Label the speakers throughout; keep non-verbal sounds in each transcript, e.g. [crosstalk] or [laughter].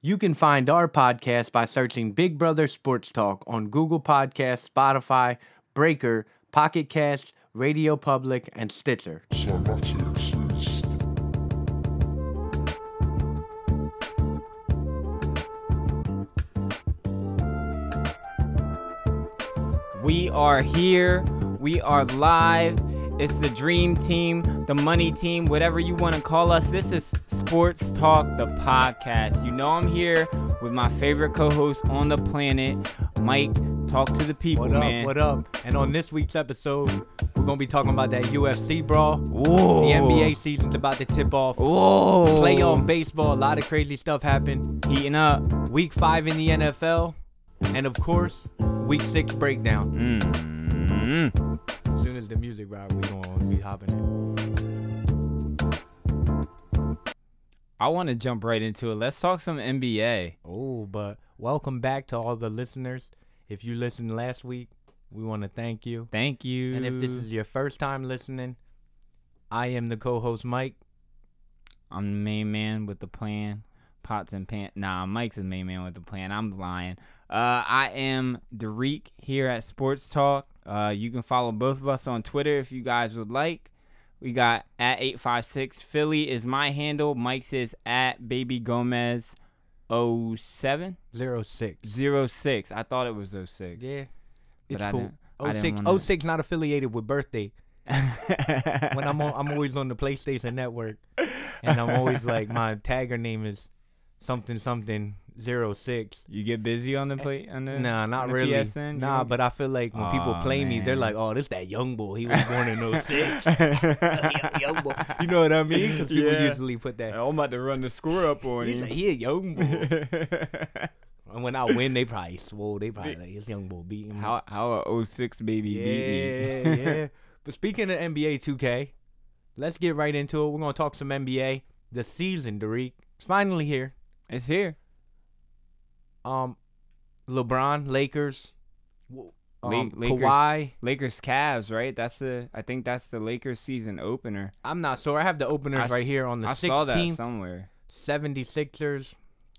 Speaker 1: You can find our podcast by searching Big Brother Sports Talk on Google Podcasts, Spotify, Breaker, Pocket Casts, Radio Public, and Stitcher.
Speaker 2: So not to exist.
Speaker 3: We are here. We are live. It's the dream team, the money team, whatever you want to call us. This is Sports Talk, the podcast. You know, I'm here with my favorite co host on the planet, Mike. Talk to the people,
Speaker 1: What up?
Speaker 3: man.
Speaker 1: What up? And on this week's episode, we're going to be talking about that UFC brawl.
Speaker 3: Whoa.
Speaker 1: The NBA season's about to tip off.
Speaker 3: Whoa.
Speaker 1: Playoff baseball, a lot of crazy stuff happened.
Speaker 3: Heating up.
Speaker 1: Week five in the NFL, and of course, week six breakdown.
Speaker 3: Mm.
Speaker 1: As soon as the music right, we going to be hopping in.
Speaker 3: I want to jump right into it. Let's talk some NBA.
Speaker 1: Oh, but welcome back to all the listeners. If you listened last week, we want to thank you.
Speaker 3: Thank you.
Speaker 1: And if this is your first time listening, I am the co-host Mike.
Speaker 3: I'm the main man with the plan. Pots and pants. Nah, Mike's the main man with the plan. I'm lying. Uh, I am Derek here at Sports Talk. Uh, you can follow both of us on Twitter if you guys would like. We got at 856 Philly is my handle. Mike's is at Baby Gomez 07
Speaker 1: Zero six.
Speaker 3: 06. I thought it was 06.
Speaker 1: Yeah.
Speaker 3: But
Speaker 1: It's
Speaker 3: I
Speaker 1: cool.
Speaker 3: didn't- I
Speaker 1: Oh
Speaker 3: didn't
Speaker 1: six.
Speaker 3: wanna-
Speaker 1: Oh six. not affiliated with birthday.
Speaker 3: [laughs]
Speaker 1: When I'm on, I'm always on the PlayStation Network, and I'm always like my tagger name is something something zero six.
Speaker 3: You get busy on the plate? On the,
Speaker 1: Eh, Nah,
Speaker 3: on
Speaker 1: not
Speaker 3: the
Speaker 1: really.
Speaker 3: PSN? You
Speaker 1: Nah,
Speaker 3: don't [laughs]
Speaker 1: but I feel like when people
Speaker 3: Aw,
Speaker 1: play me, they're
Speaker 3: man.
Speaker 1: like, "Oh, this that young boy. He was born in [laughs]
Speaker 3: [laughs]
Speaker 1: 06. young boy. You know what I mean? Because people
Speaker 3: Yeah.
Speaker 1: usually put that.
Speaker 3: [laughs] I'm about to run the score up on
Speaker 1: He's a,
Speaker 3: [laughs]
Speaker 1: he a young boy. [laughs] And when I win, they probably swole. They probably like this young boy beat him.
Speaker 3: how how a 06 baby
Speaker 1: yeah,
Speaker 3: beat me.
Speaker 1: yeah. But speaking of NBA 2K, let's get right into it. We're gonna talk some NBA. The season, Derek, it's finally here.
Speaker 3: [laughs] it's here.
Speaker 1: Um, LeBron, Lakers, w- um,
Speaker 3: La- Lakers.
Speaker 1: Kawhi.
Speaker 3: Lakers Cavs, right? That's the I think that's the Lakers season opener.
Speaker 1: I'm not sure. I have the openers
Speaker 3: I s-
Speaker 1: right here on the
Speaker 3: I saw that
Speaker 1: 16th.
Speaker 3: somewhere.
Speaker 1: 76ers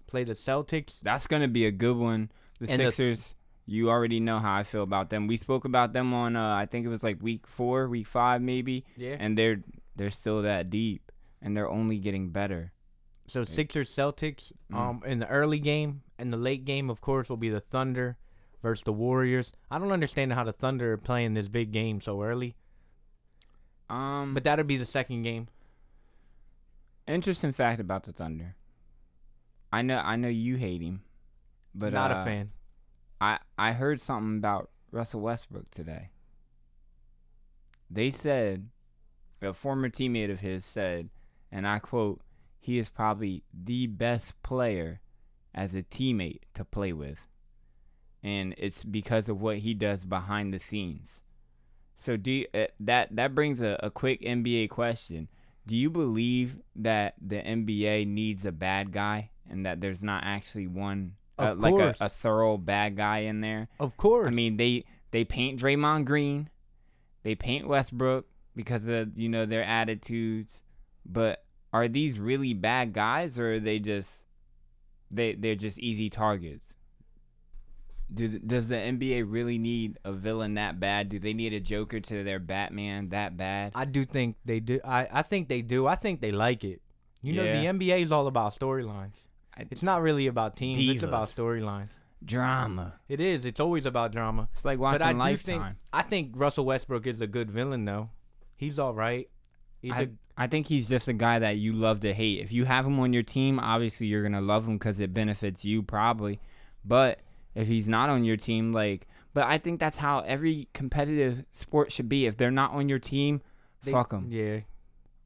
Speaker 1: play the Celtics.
Speaker 3: That's gonna be a good one. The
Speaker 1: And the-
Speaker 3: Sixers. you already know how I feel about them. We spoke about them on uh, I think it was like week four, week five maybe,
Speaker 1: Yeah.
Speaker 3: and they're they're still that deep, and they're only getting better.
Speaker 1: So Sixers, Celtics,
Speaker 3: Mm.
Speaker 1: um, in the early game and the late game, of course, will be the Thunder versus the Warriors. I don't understand how the Thunder are playing this big game so early,
Speaker 3: Um,
Speaker 1: but
Speaker 3: but
Speaker 1: that'll be the second game.
Speaker 3: interesting fact about the Thunder. I know I know you hate him, but
Speaker 1: Not
Speaker 3: uh,
Speaker 1: a fan.
Speaker 3: I I heard something about Russell Westbrook today. They said a former teammate of his said, and I quote, "He is probably the best player as a teammate to play with." And it's because of what he does behind the scenes. So do you, uh, that that brings a, a quick NBA question. Do you believe that the NBA needs a bad guy and that there's not actually one uh,
Speaker 1: Of
Speaker 3: like a,
Speaker 1: course.
Speaker 3: a thorough bad guy in there.
Speaker 1: Of course.
Speaker 3: I mean, they they paint Draymond Green, they paint Westbrook because of you know their attitudes, but are these really bad guys or are they just they they're just easy targets? Do, th- does the NBA really need a villain that bad? Do they need a Joker to their Batman that bad?
Speaker 1: I do think they do. I, I think they do. I think they like it. You know,
Speaker 3: Yeah.
Speaker 1: the NBA is all about storylines.
Speaker 3: I-
Speaker 1: It's not really about teams. It's about
Speaker 3: Divas.
Speaker 1: storylines.
Speaker 3: Drama.
Speaker 1: It is. It's always about drama.
Speaker 3: It's like watching
Speaker 1: but I do
Speaker 3: Lifetime.
Speaker 1: think I think Russell Westbrook is a good villain though. He's all right. He's
Speaker 3: I
Speaker 1: a
Speaker 3: I think he's just a guy that you love to hate. If you have him on your team, obviously you're gonna love him because it benefits you probably. But if he's not on your team, like, but I think that's how every competitive sport should be. If they're not on your team,
Speaker 1: they-
Speaker 3: fuck them.
Speaker 1: Yeah.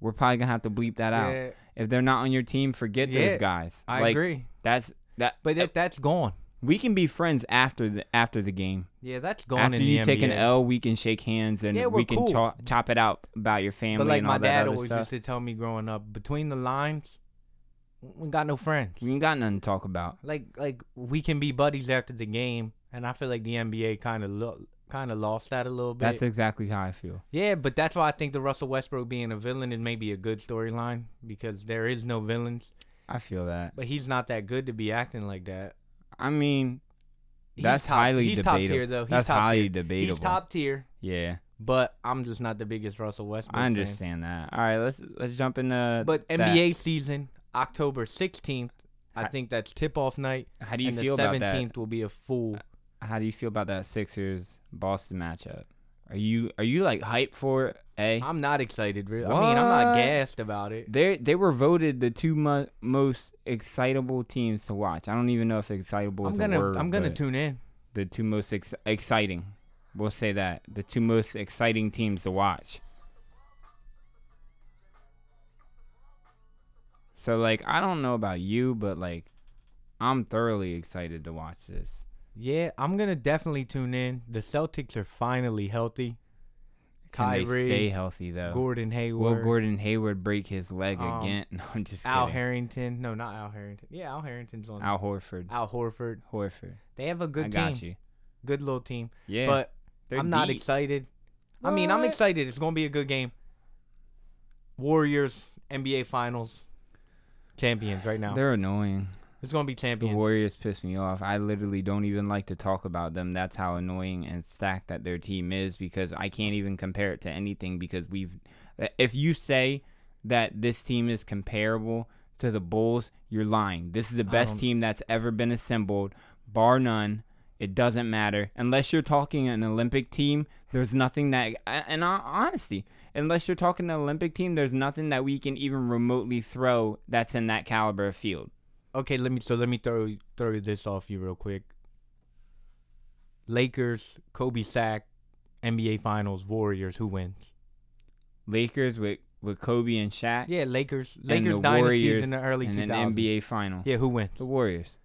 Speaker 3: We're probably gonna have to bleep that out.
Speaker 1: yeah
Speaker 3: If they're not on your team, forget
Speaker 1: Yeah,
Speaker 3: those guys.
Speaker 1: I
Speaker 3: Like,
Speaker 1: agree.
Speaker 3: That's that.
Speaker 1: But it, that's gone.
Speaker 3: we can be friends after the after the game.
Speaker 1: Yeah, that's gone
Speaker 3: after
Speaker 1: in the
Speaker 3: you take an
Speaker 1: NBA.
Speaker 3: L, we can shake hands and
Speaker 1: Yeah, we're
Speaker 3: we can
Speaker 1: cool.
Speaker 3: cho- chop it out about your family
Speaker 1: But like
Speaker 3: and
Speaker 1: my
Speaker 3: all that
Speaker 1: dad
Speaker 3: other
Speaker 1: always
Speaker 3: stuff.
Speaker 1: used to tell me growing up, between the lines, we ain't got no friends.
Speaker 3: we ain't got nothing to talk about.
Speaker 1: Like like we can be buddies after the game, and I feel like the NBA kind of lo- kind of lost that a little bit.
Speaker 3: That's exactly how I feel.
Speaker 1: Yeah, but that's why I think the Russell Westbrook being a villain is maybe a good storyline because there is no villains.
Speaker 3: I feel that.
Speaker 1: But he's not that good to be acting like that.
Speaker 3: I mean,
Speaker 1: He's
Speaker 3: that's
Speaker 1: top,
Speaker 3: highly
Speaker 1: he's
Speaker 3: debatable.
Speaker 1: top tier though. He's
Speaker 3: that's
Speaker 1: top
Speaker 3: highly
Speaker 1: tier.
Speaker 3: debatable.
Speaker 1: He's top tier,
Speaker 3: yeah,
Speaker 1: but I'm just not the biggest Russell Westbrook.
Speaker 3: I
Speaker 1: fan.
Speaker 3: understand that. All right, let's let's jump into.
Speaker 1: But
Speaker 3: that.
Speaker 1: NBA season, October 16th, I
Speaker 3: I-
Speaker 1: think that's tip off night.
Speaker 3: how do you
Speaker 1: and
Speaker 3: feel
Speaker 1: the
Speaker 3: about that? Uh,
Speaker 1: 17th will be a full.
Speaker 3: How do you feel about that Sixers Boston matchup? Are you are you like hyped for it? A
Speaker 1: I'm not excited, really. I mean, I'm not
Speaker 3: What?
Speaker 1: gassed about it.
Speaker 3: they they were voted the two mo- most excitable teams to watch. I don't even know if excitable
Speaker 1: I'm
Speaker 3: is a
Speaker 1: gonna
Speaker 3: word.
Speaker 1: I'm gonna
Speaker 3: but
Speaker 1: tune in.
Speaker 3: the two most ex- exciting. We'll say that the two most exciting teams to watch. So like I don't know about you, but like I'm thoroughly excited to watch this.
Speaker 1: Yeah, I'm gonna definitely tune in. The Celtics are finally healthy.
Speaker 3: Can
Speaker 1: Kyrie,
Speaker 3: they stay healthy though?
Speaker 1: Gordon
Speaker 3: Will
Speaker 1: Hayward,
Speaker 3: Gordon Hayward break his leg
Speaker 1: Um,
Speaker 3: again? [laughs] No, I'm just
Speaker 1: Al
Speaker 3: kidding.
Speaker 1: Harrington. No, not Al Harrington. Yeah, Al Harrington's on. Al,
Speaker 3: Al Horford.
Speaker 1: Horford.
Speaker 3: Horford.
Speaker 1: They have a
Speaker 3: I
Speaker 1: good
Speaker 3: got
Speaker 1: team.
Speaker 3: you.
Speaker 1: Good little team.
Speaker 3: Yeah,
Speaker 1: But
Speaker 3: they're
Speaker 1: I'm not
Speaker 3: deep.
Speaker 1: excited. I mean, I'm
Speaker 3: What?
Speaker 1: excited. It's gonna be a good game. Warriors NBA Finals champions right now.
Speaker 3: They're annoying.
Speaker 1: it's gonna be
Speaker 3: The
Speaker 1: champions.
Speaker 3: Warriors piss me off. I literally don't even like to talk about them. That's how annoying and stacked that their team is because I can't even compare it to anything because we've if you say that this team is comparable to the Bulls, you're lying. This is the
Speaker 1: I
Speaker 3: best
Speaker 1: don't-
Speaker 3: team that's ever been assembled, bar none. It doesn't matter unless you're talking an Olympic team. There's nothing that, and hon- honesty, unless you're talking an Olympic team, there's nothing that we can even remotely throw that's in that caliber of field.
Speaker 1: Okay, let me so let me throw throw this off you real quick. Lakers, Kobe sack, NBA Finals, Warriors. Who wins?
Speaker 3: Lakers with with Kobe and Shaq.
Speaker 1: Yeah, Lakers.
Speaker 3: and
Speaker 1: Lakers
Speaker 3: the
Speaker 1: dynasties
Speaker 3: Warriors
Speaker 1: in the early
Speaker 3: and
Speaker 1: 2000s.
Speaker 3: an NBA final.
Speaker 1: Yeah, who wins?
Speaker 3: The Warriors.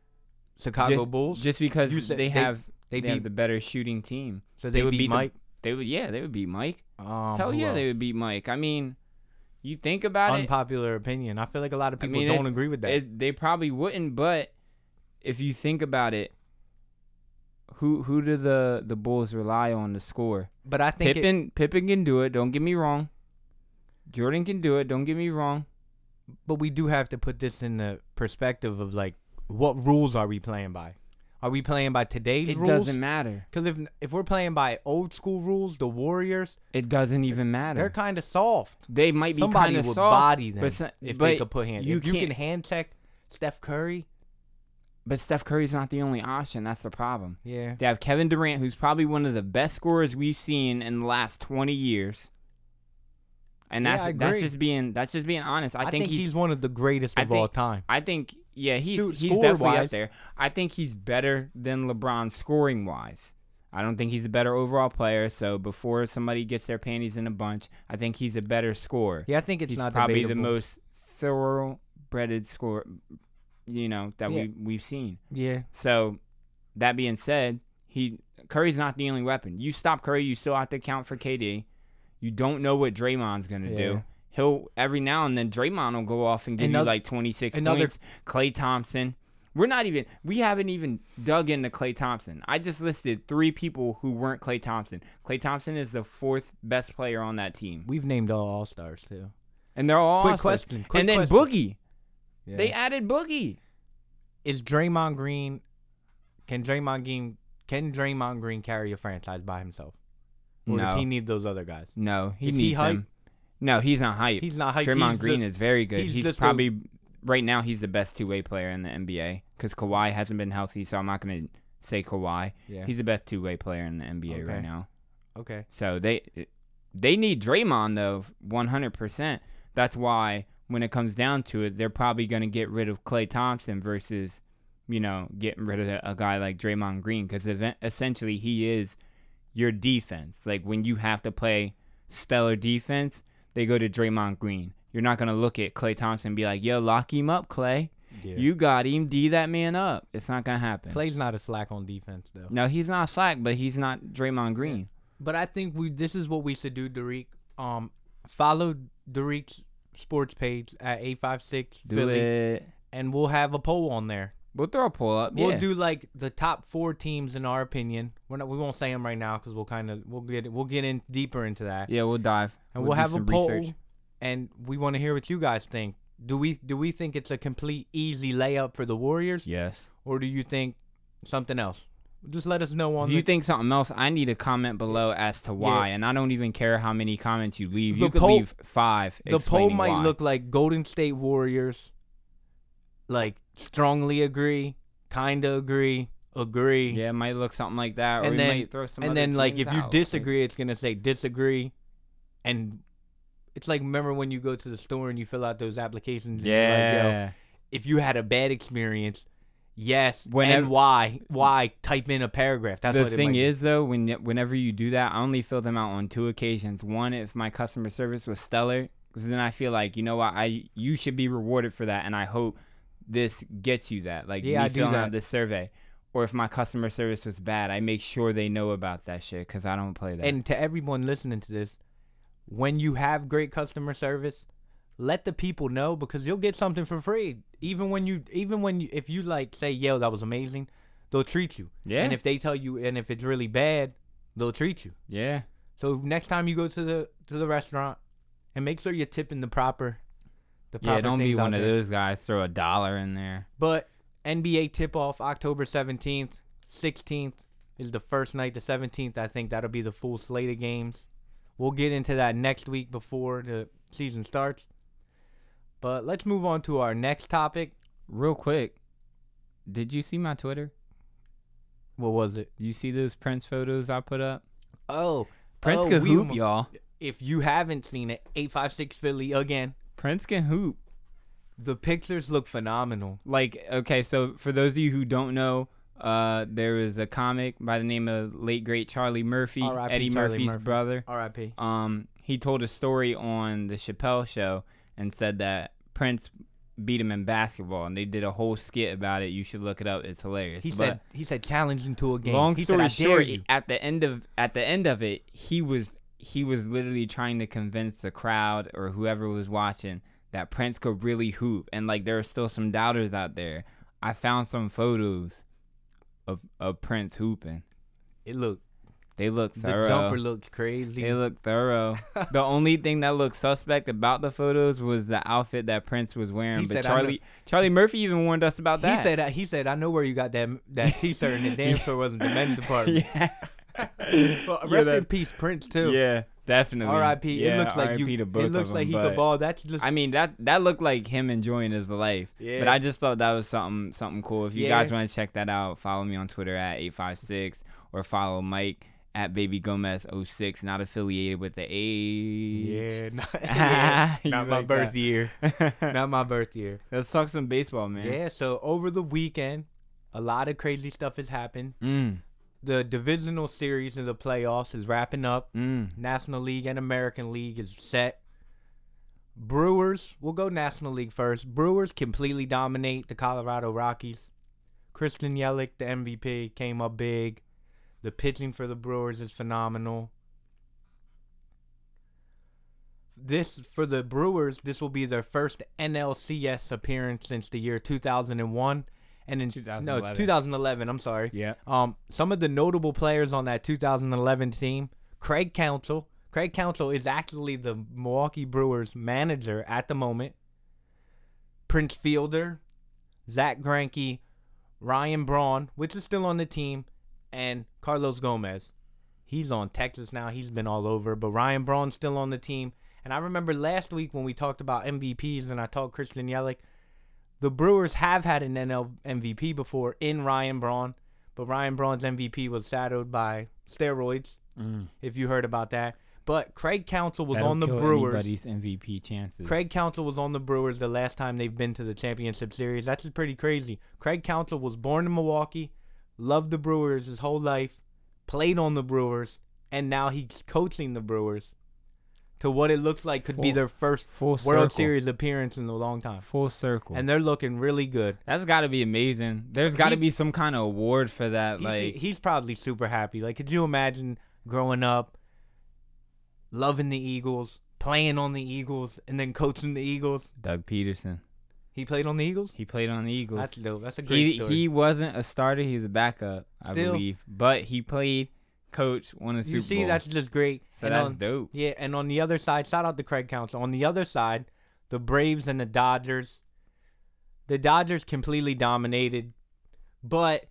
Speaker 1: Chicago
Speaker 3: just,
Speaker 1: Bulls.
Speaker 3: Just because
Speaker 1: You said
Speaker 3: they
Speaker 1: they-
Speaker 3: have
Speaker 1: they
Speaker 3: they,
Speaker 1: beat-
Speaker 3: have the better shooting team.
Speaker 1: so they, would beat
Speaker 3: the-
Speaker 1: Mike.
Speaker 3: They would yeah, they would beat Mike.
Speaker 1: um,
Speaker 3: Hell
Speaker 1: who
Speaker 3: yeah, they
Speaker 1: else?
Speaker 3: would beat Mike. I mean, you think about it.
Speaker 1: Unpopular opinion. I feel like a lot of
Speaker 3: I
Speaker 1: people
Speaker 3: mean,
Speaker 1: don't
Speaker 3: it's-
Speaker 1: agree with that.
Speaker 3: It, they probably wouldn't, but if you think about it, who who do the the Bulls rely on to score?
Speaker 1: but I think it-
Speaker 3: Pippen Pippen can do it. Don't get me wrong. Jordan can do it. Don't get me wrong.
Speaker 1: but we do have to put this in the perspective of like what rules are we playing by? Are we playing by today's
Speaker 3: It
Speaker 1: rules?
Speaker 3: doesn't matter.
Speaker 1: Because if if we're playing by old school rules, the Warriors
Speaker 3: It doesn't even matter.
Speaker 1: they're kind of soft.
Speaker 3: They might be
Speaker 1: Somebody
Speaker 3: kind of
Speaker 1: would
Speaker 3: soft,
Speaker 1: body them
Speaker 3: but so-
Speaker 1: if they
Speaker 3: but
Speaker 1: could put hand.
Speaker 3: You,
Speaker 1: if you can
Speaker 3: can't-
Speaker 1: hand check Steph Curry,
Speaker 3: but Steph Curry's not the only option. That's the problem.
Speaker 1: yeah,
Speaker 3: They have Kevin Durant, who's probably one of the best scorers we've seen in the last twenty years, and
Speaker 1: Yeah,
Speaker 3: that's
Speaker 1: I
Speaker 3: that's
Speaker 1: agree.
Speaker 3: just being that's just being honest. I,
Speaker 1: I, think, he's, one of the greatest
Speaker 3: I
Speaker 1: of all
Speaker 3: think-
Speaker 1: time.
Speaker 3: I think yeah, he's
Speaker 1: Shoot,
Speaker 3: he's
Speaker 1: score
Speaker 3: definitely
Speaker 1: wise.
Speaker 3: up there. I think he's better than LeBron scoring wise. I don't think he's a better overall player. So before somebody gets their panties in a bunch, I think he's a better scorer.
Speaker 1: Yeah, I think it's
Speaker 3: he's
Speaker 1: not
Speaker 3: probably
Speaker 1: debatable.
Speaker 3: the most thoroughbred score, you know, that
Speaker 1: Yeah.
Speaker 3: we we've seen.
Speaker 1: Yeah,
Speaker 3: So, that being said, he Curry's not the only weapon. You stop Curry, you still have to count for KD. You don't know what Draymond's gonna
Speaker 1: Yeah.
Speaker 3: do. He'll every now and then Draymond will go off and give
Speaker 1: Another-
Speaker 3: you like twenty six
Speaker 1: another-
Speaker 3: points. Clay Thompson. We're not even we haven't even dug into Clay Thompson. I just listed three people who weren't Clay Thompson. Clay Thompson is the fourth best player on that team.
Speaker 1: we've named all All Stars too.
Speaker 3: And they're all
Speaker 1: Quick
Speaker 3: All-Stars.
Speaker 1: question, quick
Speaker 3: and then
Speaker 1: question.
Speaker 3: Boogie.
Speaker 1: Yeah.
Speaker 3: They added Boogie.
Speaker 1: is Draymond Green? Can Draymond Green can Draymond Green carry a franchise by himself, or does
Speaker 3: No.
Speaker 1: he need those other guys?
Speaker 3: No, he
Speaker 1: Is he
Speaker 3: needs
Speaker 1: hype?
Speaker 3: him. No, he's not hype.
Speaker 1: He's not hype.
Speaker 3: Draymond
Speaker 1: he's
Speaker 3: Green
Speaker 1: just-
Speaker 3: is very good.
Speaker 1: he's
Speaker 3: He's,
Speaker 1: just a-
Speaker 3: probably right now he's the best two way player in the NBA because Kawhi hasn't been healthy, so I'm not gonna say Kawhi.
Speaker 1: yeah.
Speaker 3: He's the best two way player in the NBA
Speaker 1: Okay.
Speaker 3: right now.
Speaker 1: okay.
Speaker 3: So they they need Draymond though, 100. percent That's why when it comes down to it, they're probably gonna get rid of Clay Thompson versus you know getting rid of a guy like Draymond Green because essentially he is your defense. Like when you have to play stellar defense, they go to Draymond Green. You're not gonna look at Clay Thompson and be like, "Yo, lock him up, Clay.
Speaker 1: Yeah.
Speaker 3: You got him. D that man up." It's not gonna happen.
Speaker 1: Clay's not a slack on defense though.
Speaker 3: No, he's not slack, but he's not Draymond Green.
Speaker 1: But I think we this is what we should do, Derek. Um, follow Derek's sports page at eight five six
Speaker 3: Do
Speaker 1: Philly,
Speaker 3: it.
Speaker 1: and we'll have a poll on there.
Speaker 3: We'll throw a pull up.
Speaker 1: We'll
Speaker 3: yeah.
Speaker 1: do like the top four teams in our opinion. We're not, we won't say them right now because we'll kind of we'll get we'll get in deeper into that,
Speaker 3: Yeah, we'll dive.
Speaker 1: and we'll,
Speaker 3: do
Speaker 1: have a
Speaker 3: some
Speaker 1: poll.
Speaker 3: research.
Speaker 1: And we want to hear what you guys think. do we do we think it's a complete easy layup for the Warriors,
Speaker 3: Yes.
Speaker 1: or do you think something else? Just let us know on
Speaker 3: If you
Speaker 1: the
Speaker 3: think something else, I need a comment below as to why, and I don't even care how many comments you leave.
Speaker 1: The
Speaker 3: you could
Speaker 1: poll-
Speaker 3: leave five.
Speaker 1: the poll
Speaker 3: explaining
Speaker 1: might
Speaker 3: why.
Speaker 1: look like Golden State Warriors. Like strongly agree, kinda agree, agree.
Speaker 3: Yeah, it might look something like that, or
Speaker 1: And
Speaker 3: we
Speaker 1: then-
Speaker 3: might throw some.
Speaker 1: and
Speaker 3: other
Speaker 1: then like
Speaker 3: teams
Speaker 1: if you
Speaker 3: out.
Speaker 1: disagree it's gonna say disagree and it's like remember when you go to the store and you fill out those applications and you're like, yo,
Speaker 3: yeah,
Speaker 1: if you had a bad experience yes
Speaker 3: Whenever-
Speaker 1: and why why type in a paragraph that's
Speaker 3: the
Speaker 1: what it
Speaker 3: thing
Speaker 1: might be.
Speaker 3: is though, when whenever you do that, I only fill them out on two occasions. One, if my customer service was stellar, 'cause then I feel like you know what, I you should be rewarded for that, and I hope this gets you that. Like
Speaker 1: Yeah,
Speaker 3: me
Speaker 1: I do
Speaker 3: filling
Speaker 1: that.
Speaker 3: out this survey. Or if my customer service was bad, I make sure they know about that shit because I don't play that.
Speaker 1: and to everyone listening to this when you have great customer service let the people know because you'll get something for free even when you even when you if you like say yo that was amazing they'll treat you
Speaker 3: Yeah.
Speaker 1: and if they tell you and if it's really bad they'll treat you
Speaker 3: yeah,
Speaker 1: So next time you go to the to the restaurant, and make sure you're tipping the proper, the proper
Speaker 3: yeah, don't be
Speaker 1: things out
Speaker 3: one of
Speaker 1: there.
Speaker 3: those guys. Throw a dollar in there.
Speaker 1: But NBA tip off October seventeenth, sixteenth is the first night. The seventeenth, I think that'll be the full slate of games. We'll get into that next week before the season starts. But let's move on to our next topic.
Speaker 3: Real quick, did you see my Twitter?
Speaker 1: What was it?
Speaker 3: You see those Prince photos I put up?
Speaker 1: Oh,
Speaker 3: Prince
Speaker 1: oh,
Speaker 3: can
Speaker 1: we
Speaker 3: hoop,
Speaker 1: almo-
Speaker 3: y'all.
Speaker 1: If you haven't seen it, eight five six Philly again.
Speaker 3: Prince can hoop.
Speaker 1: The pictures look phenomenal.
Speaker 3: Like, okay, so for those of you who don't know, uh, there was a comic by the name of late great Charlie Murphy,
Speaker 1: R.I.P.
Speaker 3: Eddie
Speaker 1: Charlie
Speaker 3: Murphy's
Speaker 1: Murphy.
Speaker 3: brother.
Speaker 1: R.I.P.
Speaker 3: Um, he told a story on the Chappelle show and said that Prince beat him in basketball, and they did a whole skit about it. You should look it up; it's hilarious.
Speaker 1: He
Speaker 3: But-
Speaker 1: said he said challenge him to a game.
Speaker 3: Long
Speaker 1: he
Speaker 3: story
Speaker 1: said, I dare
Speaker 3: short,
Speaker 1: you.
Speaker 3: at the end of at the end of it, he was he was literally trying to convince the crowd or whoever was watching that Prince could really hoop, and like there are still some doubters out there. I found some photos of of Prince hooping.
Speaker 1: It look
Speaker 3: They look
Speaker 1: the
Speaker 3: thorough.
Speaker 1: jumper looks crazy.
Speaker 3: they look
Speaker 1: [laughs]
Speaker 3: thorough. the only thing that looked suspect about the photos was the outfit that Prince was wearing.
Speaker 1: He
Speaker 3: but
Speaker 1: said, I know-
Speaker 3: Charlie Charlie Murphy even warned us about that.
Speaker 1: he
Speaker 3: [laughs]
Speaker 1: said he said I know where you got that that t-shirt and the damn sure wasn't the men's department.
Speaker 3: yeah.
Speaker 1: [laughs] Well,
Speaker 3: Yeah,
Speaker 1: rest
Speaker 3: that-
Speaker 1: in peace, Prince too.
Speaker 3: Yeah, definitely.
Speaker 1: R.I.P.
Speaker 3: Yeah,
Speaker 1: it looks like
Speaker 3: RIP
Speaker 1: you.
Speaker 3: to both
Speaker 1: it looks
Speaker 3: of
Speaker 1: like
Speaker 3: them,
Speaker 1: he could
Speaker 3: but-
Speaker 1: ball. That's just.
Speaker 3: I mean that that looked like him enjoying his life.
Speaker 1: Yeah.
Speaker 3: But I just thought that was something something cool. If you
Speaker 1: Yeah.
Speaker 3: guys want to check that out, follow me on Twitter at eight five six or follow Mike at Baby Gomez 06, not affiliated with the
Speaker 1: [laughs]
Speaker 3: age.
Speaker 1: yeah,
Speaker 3: [laughs]
Speaker 1: not, [laughs] yeah,
Speaker 3: You
Speaker 1: not my
Speaker 3: like
Speaker 1: birth
Speaker 3: that. [laughs]
Speaker 1: year. Not my birth year.
Speaker 3: Let's talk some baseball, man.
Speaker 1: Yeah. So over the weekend, a lot of crazy stuff has happened.
Speaker 3: Mm,
Speaker 1: The divisional series in the playoffs is wrapping up.
Speaker 3: mm.
Speaker 1: National League and American League is set. Brewers, we'll go National League first. Brewers completely dominate the Colorado Rockies. Kristen Yelich, the MVP, came up big. The pitching for the Brewers is phenomenal. This for the Brewers, this will be their first NLCS appearance since the year 2001 and in no
Speaker 3: 2011.
Speaker 1: 2011, I'm sorry.
Speaker 3: Yeah.
Speaker 1: Um, some of the notable players on that 2011 team, Craig Council. Craig Council is actually the Milwaukee Brewers manager at the moment. Prince Fielder, Zach Granke, Ryan Braun, which is still on the team, and Carlos Gomez. He's on Texas now. He's been all over, but Ryan Braun's still on the team. And I remember last week when we talked about MVPs and I talked Christian Yelich, the Brewers have had an NL MVP before in Ryan Braun, but Ryan Braun's MVP was shadowed by steroids.
Speaker 3: Mm.
Speaker 1: If you heard about that, but Craig Council was on the Brewers.
Speaker 3: MVP chances.
Speaker 1: Craig Council was on the Brewers the last time they've been to the championship series. That's just pretty crazy. Craig Council was born in Milwaukee, loved the Brewers his whole life, played on the Brewers, and now he's coaching the Brewers to what it looks like could be
Speaker 3: Full-
Speaker 1: their first
Speaker 3: full
Speaker 1: World
Speaker 3: circle.
Speaker 1: Series appearance in a long time.
Speaker 3: Full circle.
Speaker 1: And they're looking really good.
Speaker 3: that's got to be amazing. There's got to be some kind of award for that.
Speaker 1: He's,
Speaker 3: Like,
Speaker 1: he's probably super happy. Like, could you imagine growing up, loving the Eagles, playing on the Eagles, and then coaching the Eagles?
Speaker 3: Doug Peterson.
Speaker 1: He played on the Eagles.
Speaker 3: He played on the Eagles.
Speaker 1: That's dope. That's a great
Speaker 3: he
Speaker 1: story.
Speaker 3: he wasn't a starter. He was a backup, I
Speaker 1: Still.
Speaker 3: believe. But he played, coach, won a Super
Speaker 1: you see,
Speaker 3: Bowl.
Speaker 1: that's just great.
Speaker 3: so
Speaker 1: and
Speaker 3: that's
Speaker 1: on,
Speaker 3: dope.
Speaker 1: yeah, and on the other side, shout out to Craig Council. On the other side, the Braves and the Dodgers. The Dodgers completely dominated, but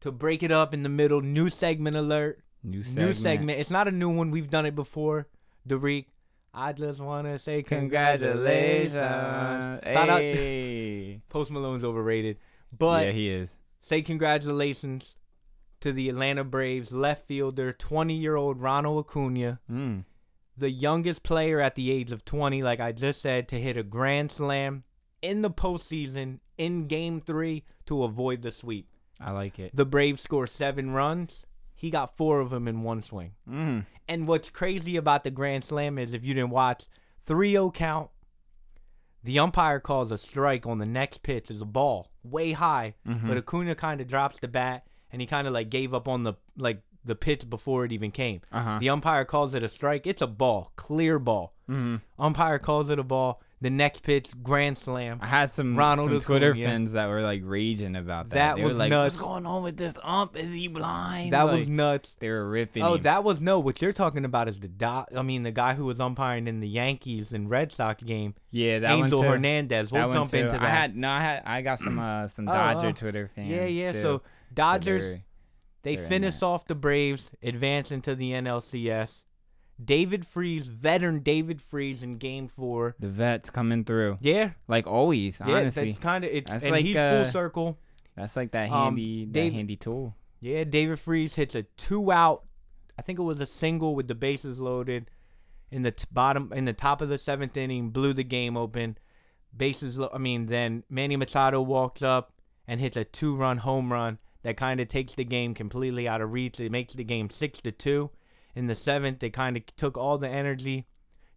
Speaker 1: to break it up in the middle, new segment alert.
Speaker 3: New segment.
Speaker 1: New segment. It's not a new one. We've done it before. Derek, I just want to say congratulations. Shout out.
Speaker 3: Hey.
Speaker 1: [laughs] Post Malone's overrated. But
Speaker 3: yeah, he is.
Speaker 1: say congratulations to the Atlanta Braves left fielder, 20 year old Ronald Acuna,
Speaker 3: Mm.
Speaker 1: the youngest player at the age of 20, like I just said, to hit a grand slam in the postseason in game three to avoid the sweep.
Speaker 3: I like it.
Speaker 1: The Braves score seven runs. He got four of them in one swing.
Speaker 3: Mm.
Speaker 1: And what's crazy about the Grand Slam is if you didn't watch 3 0 count, the umpire calls a strike on the next pitch as a ball way high,
Speaker 3: Mm-hmm.
Speaker 1: but Acuna kind of drops the bat and he kind of like gave up on the like the pitch before it even came.
Speaker 3: Uh-huh.
Speaker 1: The umpire calls it a strike. It's a ball, clear ball.
Speaker 3: Mm.
Speaker 1: Umpire calls it a ball. The next pitch, grand slam.
Speaker 3: I had some,
Speaker 1: Ronald
Speaker 3: some Twitter
Speaker 1: Acuna.
Speaker 3: fans that were like raging about that.
Speaker 1: That
Speaker 3: they
Speaker 1: was
Speaker 3: were like,
Speaker 1: nuts.
Speaker 3: "What's going on with this ump? Is he blind?"
Speaker 1: That
Speaker 3: Like,
Speaker 1: was nuts.
Speaker 3: they were ripping.
Speaker 1: Oh,
Speaker 3: him.
Speaker 1: that was no. What you're talking about is the doc. I mean, the guy who was umpiring in the Yankees and Red Sox game,
Speaker 3: yeah, that
Speaker 1: Angel
Speaker 3: one too.
Speaker 1: Hernandez. We'll
Speaker 3: that one
Speaker 1: jump
Speaker 3: too.
Speaker 1: into that.
Speaker 3: I had no, I had, I got some uh, some [clears throat]
Speaker 1: Oh,
Speaker 3: Dodger
Speaker 1: oh.
Speaker 3: Twitter fans.
Speaker 1: yeah, yeah.
Speaker 3: too.
Speaker 1: So
Speaker 3: So
Speaker 1: Dodgers,
Speaker 3: they're-
Speaker 1: they
Speaker 3: they're in
Speaker 1: finish
Speaker 3: that.
Speaker 1: off the Braves, advance into the NLCS. David Freeze, veteran David Freeze in Game Four.
Speaker 3: the vets coming through
Speaker 1: Yeah,
Speaker 3: like always.
Speaker 1: yeah.
Speaker 3: honestly,
Speaker 1: That's kind of it.
Speaker 3: That's
Speaker 1: And
Speaker 3: like,
Speaker 1: he's
Speaker 3: uh,
Speaker 1: full circle.
Speaker 3: that's like that
Speaker 1: um,
Speaker 3: handy that
Speaker 1: Dave-
Speaker 3: handy tool.
Speaker 1: Yeah, David Freeze hits a two-out. I think it was a single with the bases loaded. In the t- bottom, in the top of the seventh inning, blew the game open. Bases, lo- I mean, then Manny Machado walks up and hits a two-run home run that kind of takes the game completely out of reach. It makes the game six to two. In the seventh, they kind of took all the energy.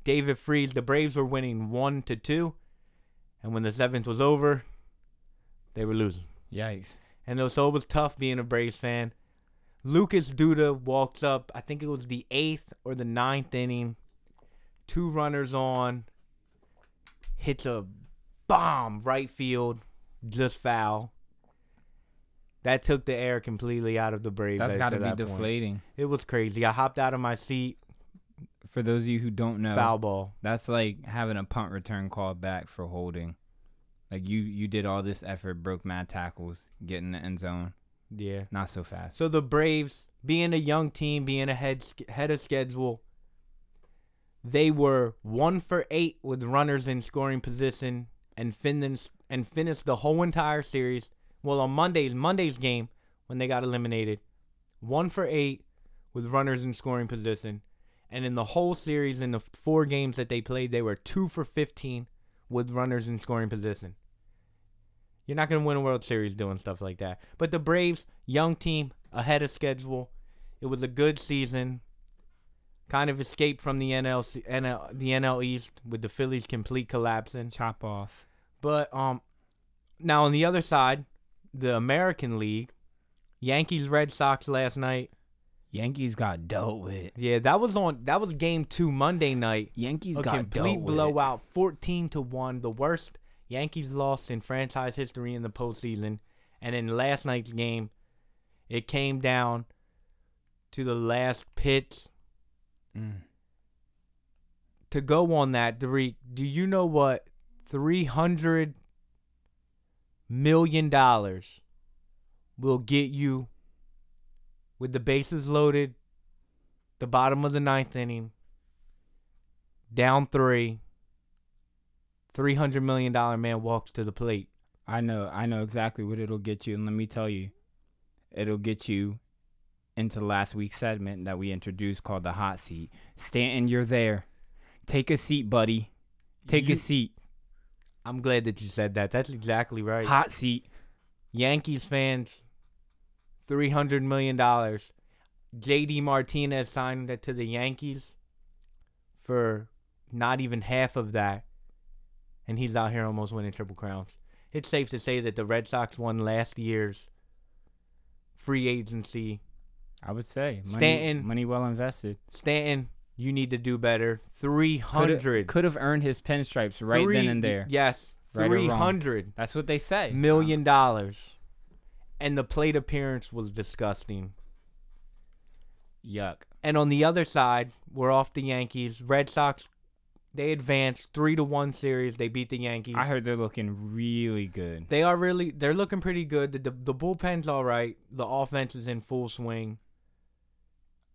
Speaker 1: David Freeze, the Braves were winning one to two, and when the seventh was over, they were losing.
Speaker 3: Yikes!
Speaker 1: And it was, so it was tough being a Braves fan. Lucas Duda walks up, I think it was the eighth or the ninth inning. Two runners on. Hits a bomb right field. Just foul. That took the air completely out of the Braves.
Speaker 3: That's
Speaker 1: at-
Speaker 3: got to
Speaker 1: to
Speaker 3: be
Speaker 1: that point.
Speaker 3: deflating.
Speaker 1: It was crazy. I hopped out of my seat.
Speaker 3: For those of you who don't know,
Speaker 1: Foul ball.
Speaker 3: that's like having a punt return called back for holding. Like you, you did all this effort, broke mad tackles, get in the end zone.
Speaker 1: Yeah.
Speaker 3: Not so fast.
Speaker 1: So the Braves, being a young team, being ahead head of schedule, they were one for eight with runners in scoring position and finished and finished the whole entire series. Well, on Monday's Monday's game when they got eliminated, one for eight with runners in scoring position, and in the whole series in the four games that they played, they were two for fifteen with runners in scoring position. You're not going to win a World Series doing stuff like that. But the Braves, young team, ahead of schedule. It was a good season. Kind of escaped from the NL, NL the NL East with the Phillies complete collapsing.
Speaker 3: Chop off.
Speaker 1: But um, now on the other side, the American League, Yankees Red Sox last night.
Speaker 3: Yankees got dealt with.
Speaker 1: Yeah, that was on that was game 2 Monday night.
Speaker 3: Yankees
Speaker 1: a
Speaker 3: got
Speaker 1: complete
Speaker 3: dealt with.
Speaker 1: blowout, fourteen to one, the worst Yankees loss in franchise history in the postseason. And in last night's game, it came down to the last pitch.
Speaker 3: Mm.
Speaker 1: To go on that, Derek, do you know what three hundred million dollars will get you with the bases loaded, the bottom of the ninth inning, down three. Three hundred million dollar man walks to the plate.
Speaker 3: I know, I know exactly what it'll get you, and let me tell you, it'll get you into last week's segment that we introduced called the hot seat. Stanton, you're there. Take a seat, buddy. Take
Speaker 1: You-
Speaker 3: a seat.
Speaker 1: I'm glad that you said that. That's exactly right.
Speaker 3: Hot seat.
Speaker 1: Yankees fans, three hundred million dollars. JD Martinez signed that to the Yankees for not even half of that, and he's out here almost winning triple crowns. It's safe to say that the Red Sox won last year's free agency.
Speaker 3: I would say money,
Speaker 1: Stanton-
Speaker 3: money well invested.
Speaker 1: Stanton, you need to do better. Three hundred
Speaker 3: could have earned his pinstripes right then and there.
Speaker 1: Yes,
Speaker 3: Right or wrong.
Speaker 1: three hundred
Speaker 3: That's what they say.
Speaker 1: million dollars, and the plate appearance was disgusting.
Speaker 3: Yuck.
Speaker 1: And on the other side, we're off the Yankees. Red Sox They advanced three to one series. They beat the Yankees.
Speaker 3: I heard they're looking really good.
Speaker 1: They are really they're looking pretty good. The, the the bullpen's all right. The offense is in full swing.